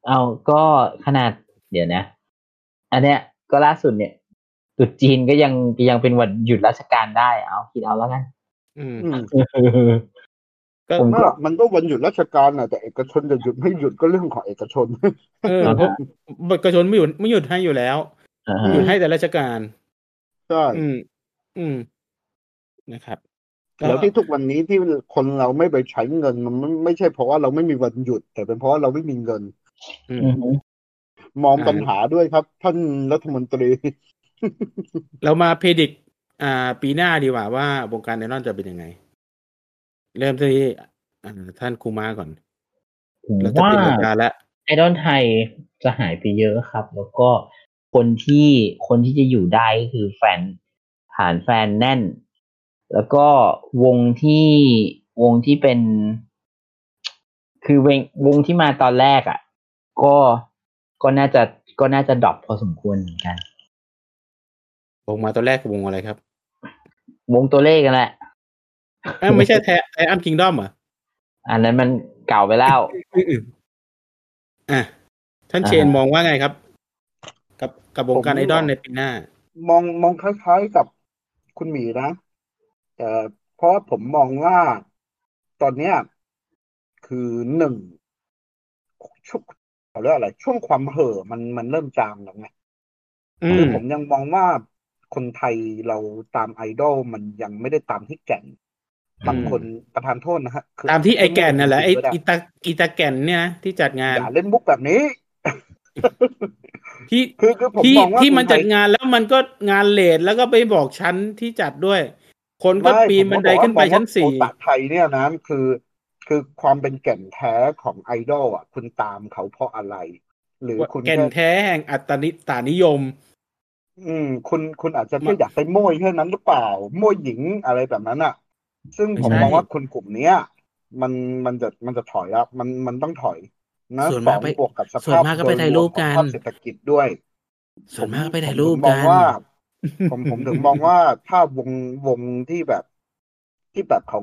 เอาก็ขนาดเดี๋ยวนะ อันเนี้ยก็ล่าสุดเนี่ยตรุษจีนก็ยังยังเป็นวันหยุดราชการได้เอาคิดเอาแล้วกัน
อืม
อืม
ก็
ผม
ไม่
ก็
หรอกมันก็วันหยุดราชการน่ะแต่เอกชนจะหยุดไม่หยุดก็เรื่องของเอกชน
เออเพราะบัตรกระชนไม่หยุดไม่หยุดให้อยู่แล้ว
อ่า
ห
ฮะ
ยุดให้แต่ราชการ
ใช่
อืม อืม นะครับก็
แล้วที่ทุกวันนี้ที่คนเราไม่ไปใช้เงินมันไม่ไม่ใช่เพราะว่าเราไม่มีวันหยุด แต่เป็นเพราะว่าเราไม่มีเงิน
อืม
อือฮึ
มอง
อ่า
ปัญหาด้วยครับ ท่านรัฐมนตรี
เรามาพิจิกอ่า ปีหน้าดีกว่าว่าวงการไนลอนจะเป็นยังไง เริ่มที่อ่าท่านครูมาก่อน
ผม
เราจะ
ว่า
ปิดรายการแล้ว
ไอดอลไทยจะหายไปเยอะครับ แล้วก็คนที่คนที่จะอยู่ได้ก็คือแฟนฐานแฟนแน่น แล้วก็วงที่วงที่เป็น คือวงวงที่มาตอนแรกอะ่ะ ก็ก็น่าจะก็น่าจะดรอปพอสมควรเหมือนกัน
วงมาตัวแรกคือวงอะไรครับ
วงตัวเลขกันแหละ
เอ้าไม่ใช่แทไออัมคิงดอมเหรอ
อันนั้นมันเก่าไปแล้ว
อ่ะท่านเชน
อ่าฮะ
มองว่าไงครับ กับกับวงการ
ผม
ไอดอล
ว่า
ในปีหน้า
มองมองคล้ายๆกับคุณหมีนะแต่เพราะว่าผมมองว่าตอนเนี้ยคือหนึ่งช่วงเขาเรียกอะไร ช่วงความเห่อมันมันเริ่มจางแล้วไง
อื
คือ
ม
ผมยังมองว่าคนไทยเราตามไอดอลมันยังไม่ได้ตามที่แก่นบางคนประทานโทษนะฮะคือ
ตามที่ไอแกนนั่นแหละไอ
ม่ด้
อิตาอิตาแกนเนี่ยนะที่จัดงาน
อย่าเล่นมุกแบบนี้
ที่
คือคือผม
ที่
มองว่า
ที่มัน
คไท
จัด
ย
งานแล้วมันก็งานเลทแล้วก็ไปบอกชั้นที่จัดด้วย คนก็
ไม่
ปีน
ผ
บั
ก็
นได
บอกว่า
ขึ้นไป
มองว่า
ชั้นสี่
โอตะไทยเนี่ยนะคือคือความเป็นแก่นแท้ของไอดอลอ่ะ คุณตามเขาเพราะอะไร หรือคุณ
แก่น
แค่
แท้แห่งอัตตนิตานิยม
อืม คุณคุณอาจจะแค่อยากไปโม้ยแค่นั้นหรือเปล่าโม้ยหญิงอะไรแบบนั้นอ่ะ ซึ่งผม
ไม่ใช่
มองว่าคนกลุ่มเนี้ย มันมันจะมันจะถอยแล้วมันมันต้องถอยนะ
ส่วน
ส
มา
อก ง
ไป
บวกกับส
ส่วน
ภาพ
มากก็
โด
ไป
ย
ถ่าย
ร
รู
ว
ป
มข
กั
อน งภาพเศรษฐกิจด้วย
ส่วนมากก็ไป
ผม
ถ่ายรูป
ผมม
กั
อง
น
ว่า ผมผมถึงมองว่าถ้าวงวงที่แบบ ที่แบบเขา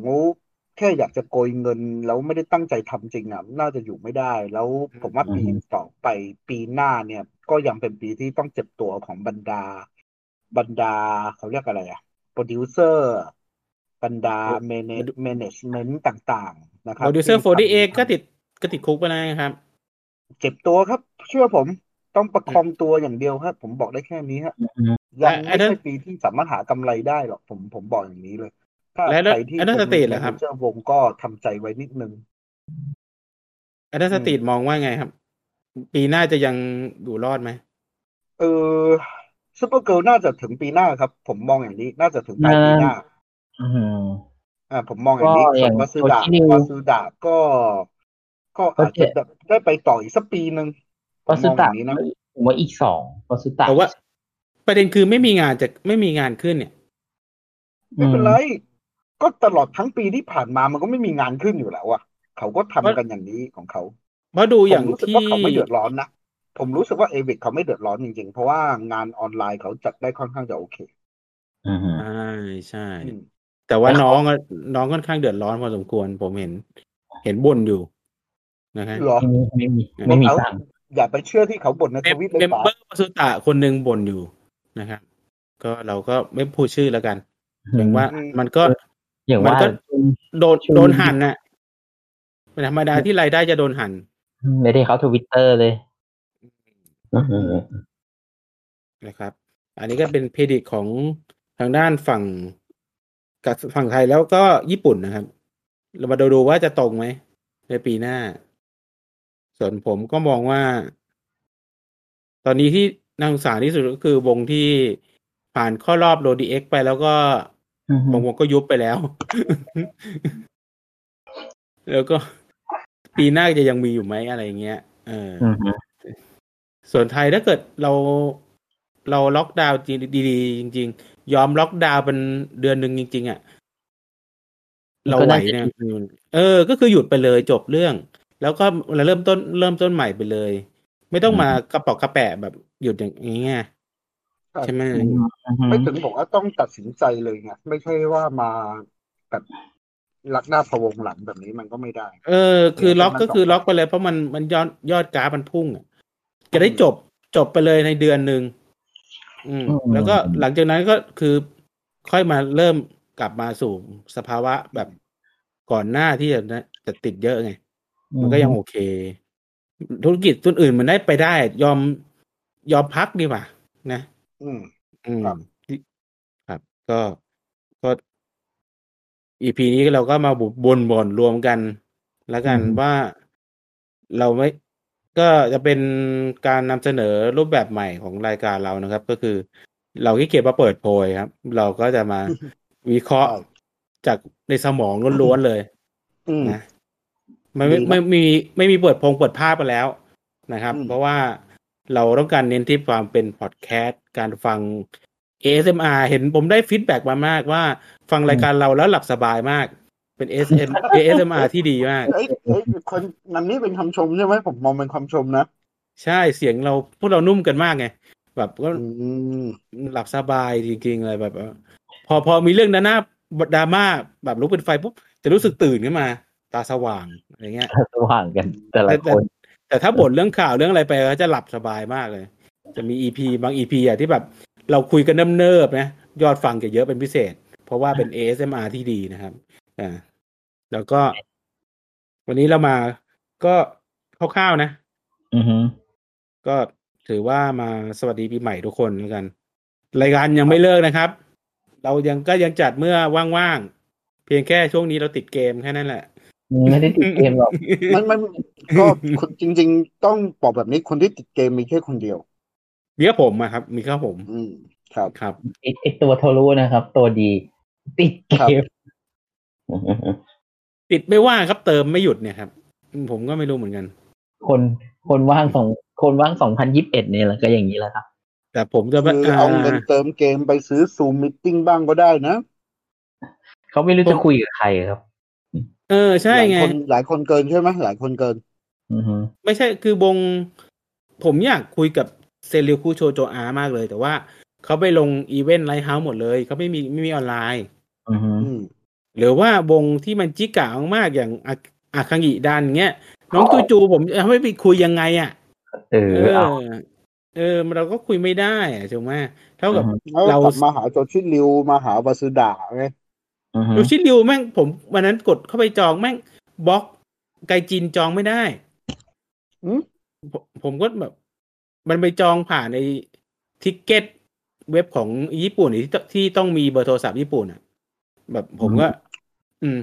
แค่อยากจะโกยเงิน แล้วไม่ได้ตั้งใจทำจริงอ่ะน่าจะอยู่ไม่ได้ แล้วผมว่า
อืม
ปีต่อไปปีหน้าเนี่ย ก็ยังเป็นปีที่ต้องเจ็บตัวของบรรดา บรรดาเขาเรียกอะไรอ่ะโปรดิวเซอร์ บรรดาเมเนจเมเนจเมนต์ต่าง ๆ นะค
โป
รับ
รดิวเซอร์
ที่ทำ
4 8ก็ติดก็ติดคุกไปแล้วนะครับ
เจ็บตัวครับ เชื่อผมต้องประคองตัวอย่างเดียวครับ ผมบอกได้แค่นี้ฮะ
อืม
ยัง
และ
ไม่
ไอ้นั่
ใช่
น
ปีที่สามารถหากำไรได้หรอกผมผมบอกอย่างนี้เลย ถ้า
และไอ้นั่น
ใครที่
ไอ้นั่น
เป็น
สติเหรอครับ
เจ้าวงก็ทำใจไว้นิดนึง
อาจารย์สตีดมองว่าไงครับ ปีหน้าจะยังอยู่รอดไหม
เออซูเปอร์เกิลน่าจะถึงปีหน้าครับ ผมมองอย่างนี้ น่าจะถึงปลายปีหน้า
อืม
อ่าผมมองอย่างนี้
ก็อย่าง
ส่วนวาซูดะ
โทชิริว
วาซูดะก็ ก็
ก็
อาจ
เจ็
จะ
บ
ได้ไปต่ออีกสักปีหนึ่งผ
วั
ม
สุ
มองอ
ตะ
ย่างนี้นะ
ผมว่าอีกสองวัสุตะ
แต่ว่า ประเด็นคือไม่มีงานจะไม่มีงานขึ้นเนี่ย
ไม่เป็นไร
อืม
ก็ตลอดทั้งปีที่ผ่านมามันก็ไม่มีงานขึ้นอยู่แล้วอ่ะ เขาก็ทำกันอย่างนี้ของเขา
เพราะดู
ผ
อย่าม ง
รู้สึก
ที่
ว่าเขาไม่เดือดร้อนนะ ผมรู้สึกว่าเอวิกเขาไม่เดือดร้อนจริงๆ เพราะว่างานออนไลน์เขาจัดได้ค่อนข้างจะโอเค
อืม
ใช่ใช่
อืม
แต่ว่า
แล้วเขา
น้องอะน้องค่อนข้างเดือดร้อนพอสมควร ผมเห็น เห็นบ่นอยู่นะฮะ
เหรอ
ไม่มีไม่มี
เอา
ตังค์
อย่าไปเชื่อที่เขาบ่นในทวิตเล
เม
ย
ม
ป่ะ
เบอร์วาสุตะคนหนึ่งบ่นอยู่นะครับ ก็เราก็ไม่พูดชื่อแล้วกันเพียงว่ามันก็
อย่าง
มัน
ว่า
ก็ โดน
ช่วง
โดนหั่นน่ะเป็นธรรมดาที่รายได้จะโดนหั่น
ไม่ได้เขาทวิตเตอร์เลย
นะครับ อันนี้ก็เป็นเพดิตของทางด้านฝั่งกับฝั่งไทยแล้วก็ญี่ปุ่นนะครับ เรามาดูดูว่าจะตรงไหม ในปีหน้า ส่วนผมก็มองว่า ตอนนี้ที่น่าสงสารที่สุดก็คือวงที่ผ่านข้อรอบโรดีเอ็กไปแล้วก็
อืม
บางวงก็ยุบไปแล้ว แล้วก็ปีหน้าจะยังมีอยู่ไหมอะไรเงี้ยเออ
อ
อ
ืม
ส่วนไทยถ้าเกิดเราเราล็อกดาวน์จริงดีๆจริง ๆ ยอมล็อกดาวน์เป็นเดือนหนึ่งจริง ๆอะ่ะเราไหวเนี่ยเออ ก็คือหยุดไปเลยจบเรื่อง แล้วก็เราเริ่มต้นเริ่มต้นใหม่ไปเลย ไม่ต้องมากระเปอกกระแปะแบบหยุดอย่างนี้ไงใช่ไหม
อืมอืม
ไม่ถึงบอกว่าต้องตัดสินใจเลยไงไม่ใช่ว่ามาแบบลักหน้าพะวงหลังแบบนี้มันก็ไม่ได้
เออ คือล็อกก็คือล็อกไปเลยเพราะมันมันยอดยอดกราฟมันพุ่งอะจะได้จบจบไปเลยในเดือนหนึ่งอืม แล้วก็หลังจากนั้นก็คือค่อยมาเริ่มกลับมาสู่สภาวะแบบก่อนหน้าที่จะนะจะติดเยอะไง มันก็ยังโอเค ธุรกิจส่วนอื่นมันได้ไปได้ ยอมยอมพักดีกว่านะ
อืม
อืม
ครับ
ครับ ก็ก็อีพีนี้เราก็มาบุบนบนรวมกัน แล้วกันว่าเราไม่ก็จะเป็นการนำเสนอรูปแบบใหม่ของรายการเรานะครับ ก็คือ เราขี้เกียจมาเปิดโพยครับ เราก็จะมาวิเคราะห์จากในสมองล้วนๆเลย
อืม
นะมันไม่
ดีครับ
ไม่มีไม่มีเปิดพงเปิดภาพไปแล้วนะครับ
อืม
เพราะว่าเราต้องการเน้นที่ความเป็นพอดแคสต์การฟัง ASMR เห็นผมได้ฟีดแบ็กมามากว่า ฟังรายการเราแล้วหลับสบายมาก เป็น ASM ASMR ที่ดีมาก
เอ้ยเอ้ยคนนันนี่เป็นคำชมใช่ไหมผมมองเป็นคำชมนะ
ใช่เสียงเราพวกเรานุ่มกันมากไง แบบก็
อืม
หลับสบายจริงๆเลยแบบเออพอพอมีเรื่องด้านหน้าดราม่าแบบลุกเป็นไฟปุ๊บจะรู้สึกตื่นขึ้นมา ตาสว่างอะไรเงี้ย
สว่างกัน แต่ละคน
แต่ถ้าบ่นเรื่องข่าวเรื่องอะไรไปก็จะหลับสบายมากเลย จะมีอีพีบางอีพีอะที่แบบ เราคุยกันเนิบๆนะยอดฟังจะเยอะเป็นพิเศษ เพราะว่าเป็น ASMR ที่ดีนะครับอ่าแล้วก็ วันนี้เรามาก็คร่าวๆนะ
อือฮึ
ก็ถือว่ามาสวัสดีปีใหม่ทุกคนแล้วกัน รายการยังไม่เลิกนะครับ เรายังก็ยังจัดเมื่อว่างๆเพียงแค่ช่วงนี้เราติดเกมแค่นั้นแหละ
ไม่ได้ติดเกมหรอก
มันมันก็คนจริง ๆ ต้องบอกแบบนี้คนที่ติดเกมมีแค่คนเดียว
มีแค่ผมอะครับ มีแค่ผม
อืม ครับ
ครับ
ไอ้ไอตัวโทรรู้นะครับ ตัวดี ติดเกม
ปิดไม่ว่างครับเติมไม่หยุดเนี่ยครับอืมผมก็ไม่รู้เหมือนกัน
คนคนว่างสองคนว่างสองพันยิบเอ็ดเนี่ยแหละก็อย่างนี้แหละครับ
แต่ผมจะ
คือเอาเงินเติมเกมไปซื้อซูมมิทติ้งบ้างก็ได้นะ
เขาไม่รู้จะคุยกับใครครับ
เออใช่
หลาย
ไง
คนหลายคนเกินใช่ไหมหลายคนเกิน
อือฮึ
ไม่ใช่คือวง ผมอยากคุยกับเซริวคูโชโจอาร์มากเลย แต่ว่าเขาไปลงอีเวนต์ไลท์เฮาส์หมดเลย เขาไม่มีไม่มีออนไลน์
อือฮึ
อืม
หรือว่าวงที่มันจิกะมากๆอย่างอาอาคังอิดันเงี้ย น้องจูจูผมจะให้ไปคุยยังไงอ่ะ
เออ
เอ
เอา
อ เออมันเราก็คุยไม่ได้อะถูกไหมเท่ากับ
อือฮึ
แล้ว
เรา
กลับมาหาโจชิริวมาหาบาสุดาไง
อือฮึ
ดูชิลิวแม่งผมวันนั้นกดเข้าไปจองแม่งบล็อกไกจินจองไม่ได้
อืม
ผมผมก็แบบ มันไปจองผ่านในทิกเก็ตเว็บของญี่ปุ่นที่ตที่ต้องมีเบอร์โทรศัพท์ญี่ปุ่นอ่ะ แบบผมก็ อืม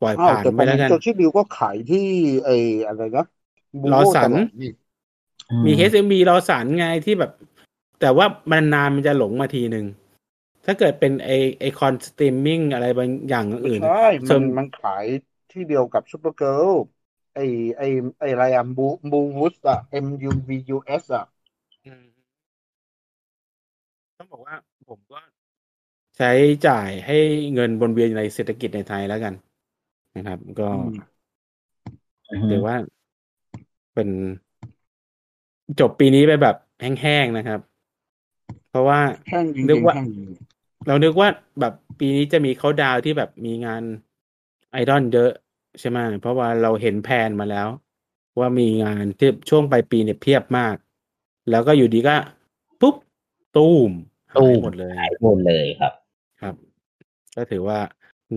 ปล่อย
อ้าว
ผ่าน
แต่ต
ไป
อน
แล้ว
นี้
กัน
โจชิริวก็ขายที่ไอ้อะไรนะบู
ลอ
โบ
สั
ต
น
ลอดนี่
มี HMB รอสารไงที่แบบ แต่ว่ามันนานมันจะหลงมาทีหนึ่ง ถ้าเกิดเป็นไอไอคอนสตรีมมิ่งอะไรบางอย่าง
ไม่
อื่น
ใช่
ส่
มั
วน
นมันขายที่เดียวกับซูเปอร์เกิร์ลไอ้ไอ้ไอ้อะไรอะบูบูวูสอะ M U V U S อะ
อืมต้องบอกว่าผมก็ใช้จ่ายให้เงินวนเวียนในเศรษฐกิจในไทยแล้วกัน นะครับ ก็
อืม
อือฮึ
ถือว่าเป็นจบปีนี้ไปแบบแห้งๆนะครับ เพราะว่า
แห้งจริง
นึก
ๆ
ว่า
แห้งจริง
เรานึกว่าแบบปีนี้จะมีเขาดาวน์ที่แบบมีงานไอดอลเยอะใช่ไหมเพราะว่าเราเห็นแพลนมาแล้ว ว่ามีงานที่ช่วงปลายปีเนี่ยเพียบมาก แล้วก็อยู่ดีก็ปุ๊บตูมหายหมดเลย
หายหมดเลยครับ
ครับ ก็ถือว่า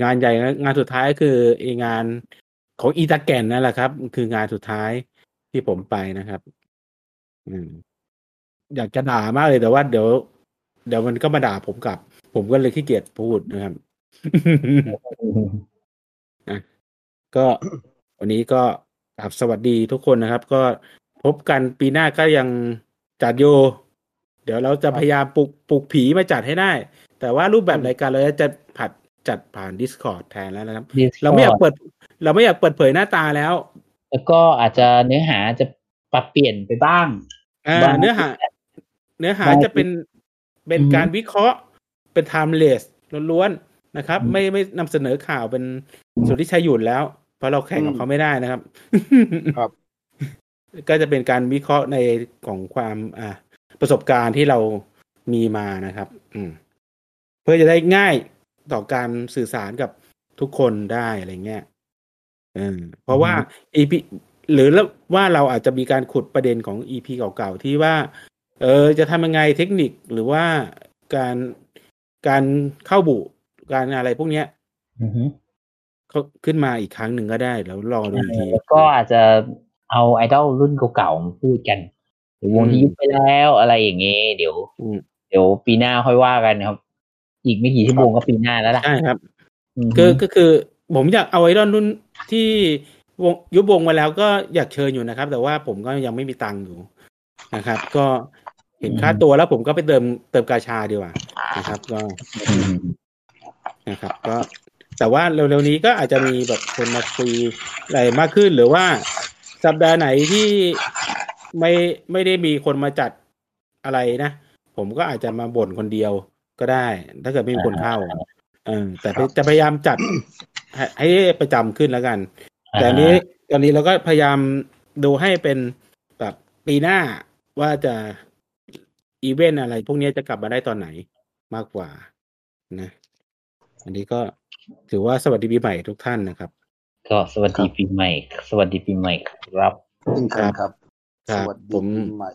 งานใหญ่งานสุดท้ายคือไอ้งานของอีตาแก่นนั่นแหละครับ คืองานสุดท้ายที่ผมไปนะครับ อืม อยากจะด่ามากเลยแต่ว่าเดี๋ยว เดี๋ยวมันก็มาด่าผมกลับ ผมก็เลยขี้เกียจพูดนะครับ ก็วันนี้ก็กราบสวัสดีทุกคนนะครับ ก็พบกันปีหน้าก็ยังจัดโย เดี๋ยวเราจะพยายามปลุกปลุกผีมาจัดให้ได้ แต่ว่ารูปแบบรายการเราจะจัดผัด จัดผ่าน Discord แทนแล้วนะครับ
Discord
เราไม่อยากเปิด เราไม่อยากเปิดเผยหน้าตาแล้ว
แล้วก็อาจจะเนื้อหาจะปรับเปลี่ยนไปบ้าง
อ่า
บ้าง
เนื้อหา เนื้อหา
บ้าง
จะเป็นเป็น
อือฮึ
การวิเคราะห์เป็น timeless ล้วนๆนะครับ
อืม
ไม่ไม่นำเสนอข่าวเป็นสุทธิชัยหยุ่นแล้ว เพราะเราแข่งกับ
อืม
เขาไม่ได้นะครับ
ครับ
ก็จะเป็นการวิเคราะห์ในของความอ่าประสบการณ์ที่เรามีมานะครับ อืม เพื่อจะได้ง่ายต่อการสื่อสารกับทุกคนได้อะไรเงี้ยเออเพราะว่า EP หรือว่าเราอาจจะมีการขุดประเด็นของ EP เก่าๆ ที่ว่า เออ จะทำยังไงเทคนิคหรือว่าการการเข้าบุการอะไรพวกเนี้ย
อือฮึ
เขาขึ้นมาอีกครั้งหนึ่งก็ได้แล้วรอดูอีกที
แล้วก็อาจจะเอาไอดอลรุ่นเก่าๆมาพูดกันหรือวงที่
อืม
ยุบไปแล้วอะไรอย่างเงี้ยเดี๋ยว
อืม
เดี๋ยวปีหน้าค่อยว่ากันครับ อีกไม่กี่ชั่วโมงก็ปีหน้าแล้วล่ะ
ใช่ครับ
ม
คือก็คือผมอยากเอาไอดอลรุ่นที่วงยุบวงมาแล้วก็อยากเชิญอยู่นะครับ แต่ว่าผมก็ยังไม่มีตังค์อยู่นะครับ ก็เห็นค่าตัวแล้วผมก็ไปเติมเติมกาชาดีกว่านะครับ ก็
ม
นะครับ ก็ แต่ว่าเร็วๆนี้ก็อาจจะมีแบบคนมาคุยอะไรมากขึ้น หรือว่าสัปดาห์ไหนที่ไม่ไม่ได้มีคนมาจัดอะไรนะ ผมก็อาจจะมาบ่นคนเดียวก็ได้ ถ้าเกิดไม่มีคนเข้า เออแต่
ครับ
จะพยายามจัด ให้ให้ประจำขึ้นแล้วกัน
า
แต่อันนี้ตอนนี้เราก็พยายามดูให้เป็นแบบปีหน้าว่าจะอีเวนต์อะไร พวกนี้จะกลับมาได้ตอนไหนมากกว่านะ อันนี้ก็ถือว่าสวัสดีปีใหม่ทุกท่านนะครับ
ก็สวัสดีปีใหม่ สวัสดีปีใหม่ครับ
จริงๆครับ
ค
ส
รับ
วัสดี
ผม
ปีใหม่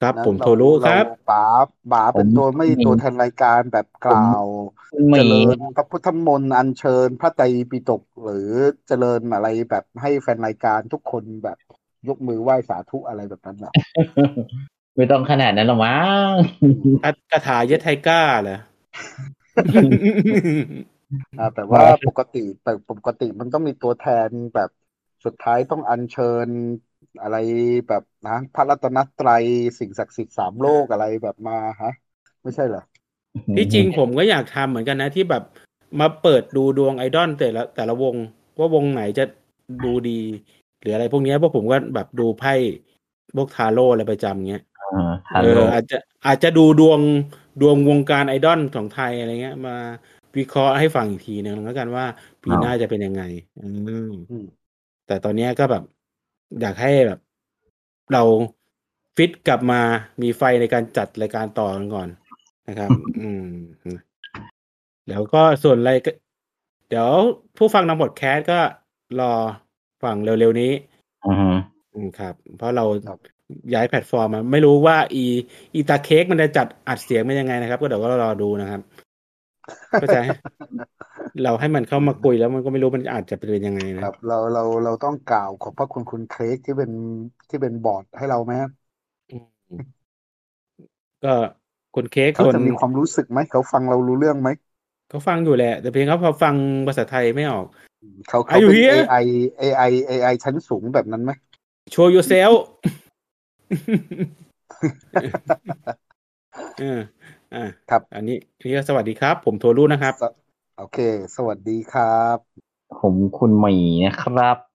ครับ
นั้น
ผม
เา
โทรุครับ
เาป๋าป๋าเป็นตัวไม่
ผม
ตัวแทนรายการแบบกล่าว
คุณหมี
เจริญพระพุทธมนต์อัญเชิญพระไตรปิฎกหรือเจริญอะไรแบบให้แฟนรายการทุกคนแบบยกมือไหว้สาธุอะไรแบบนั้นหรอ
ไม่ต้องขนาดนั้นหรอกมั้ง
คาถายะไทก้าเหร อ
อ่าแต่ว่า
ครับ
ปกติแต่ปกติมันต้องมีตัวแทนแบบสุดท้ายต้องอัญเชิญอะไรแบบนะพระรัตนตรัยสิ่งศักดิ์สิทธิ์สามโลกอะไรแบบมาฮะ ไม่ใช่เหรอ
ที่จริงผมก็อยากทำเหมือนกันนะ ที่แบบมาเปิดดูดวงไอดอลแต่ละแต่ละวง ว่าวงไหนจะดูดี หรืออะไรพวกเนี้ยเพราะผมก็แบบดูไพ่พวกทาโร่อะไรประจำเงี้ย
อ่าฮัล
เอ
โหล
ออาจจะอาจจะดูดวงดวงวงการไอดอลของไทยอะไรเงี้ย มาวิเคราะห์ให้ฟังอีกทีนึงแล้วกันว่าปีหน้าจะเป็นยังไงอืม
อืม
แต่ตอนเนี้ยก็แบบอยากให้แบบ เราฟิตกลับมามีไฟในการจัดรายการต่อกันก่อน นะครับ อืม แล้วก็ส่วนอะไรก็ เดี๋ยวผู้ฟังนำบทแคสก็รอฟังเร็วๆนี้
อือฮึ
อืมครับ เพราะเรา
ครับ
ย้ายแพลตฟอร์มมาไม่รู้ว่าอีอีตาเค้กมันจะจัดอัดเสียงเป็นยังไงนะครับ ก็เดี๋ยวก็รอดูนะครับ เข้าใจ เราให้มันเข้ามาคุยแล้วมันก็ไม่รู้มันอาจจะเป็นยังไงนะ
ครับ เราเราเราต้องกล่าวขอบพระคุณคุณเครกที่เป็นที่เป็นบอร์ดให้เราไหมฮะ
ก็คนเค้ก
เขา
คน
จะมีความรู้สึกไหมเขาฟังเรารู้เรื่องไหม
เขาฟังอยู่แหละ แต่เพียงเขาพอฟังภาษาไทยไม่ออก
เขาเขา
Are you
เป็น
here?
AI AI AI ชั้นสูงแบบนั้นไหม
โชว์ yourself เอออ่ะ
ครับ
อันนี้นี่ก็สวัสดีครับ ผมโทรุนะครับ
โอเค สวัสดีครับ
ผมคุณหมีนะครับ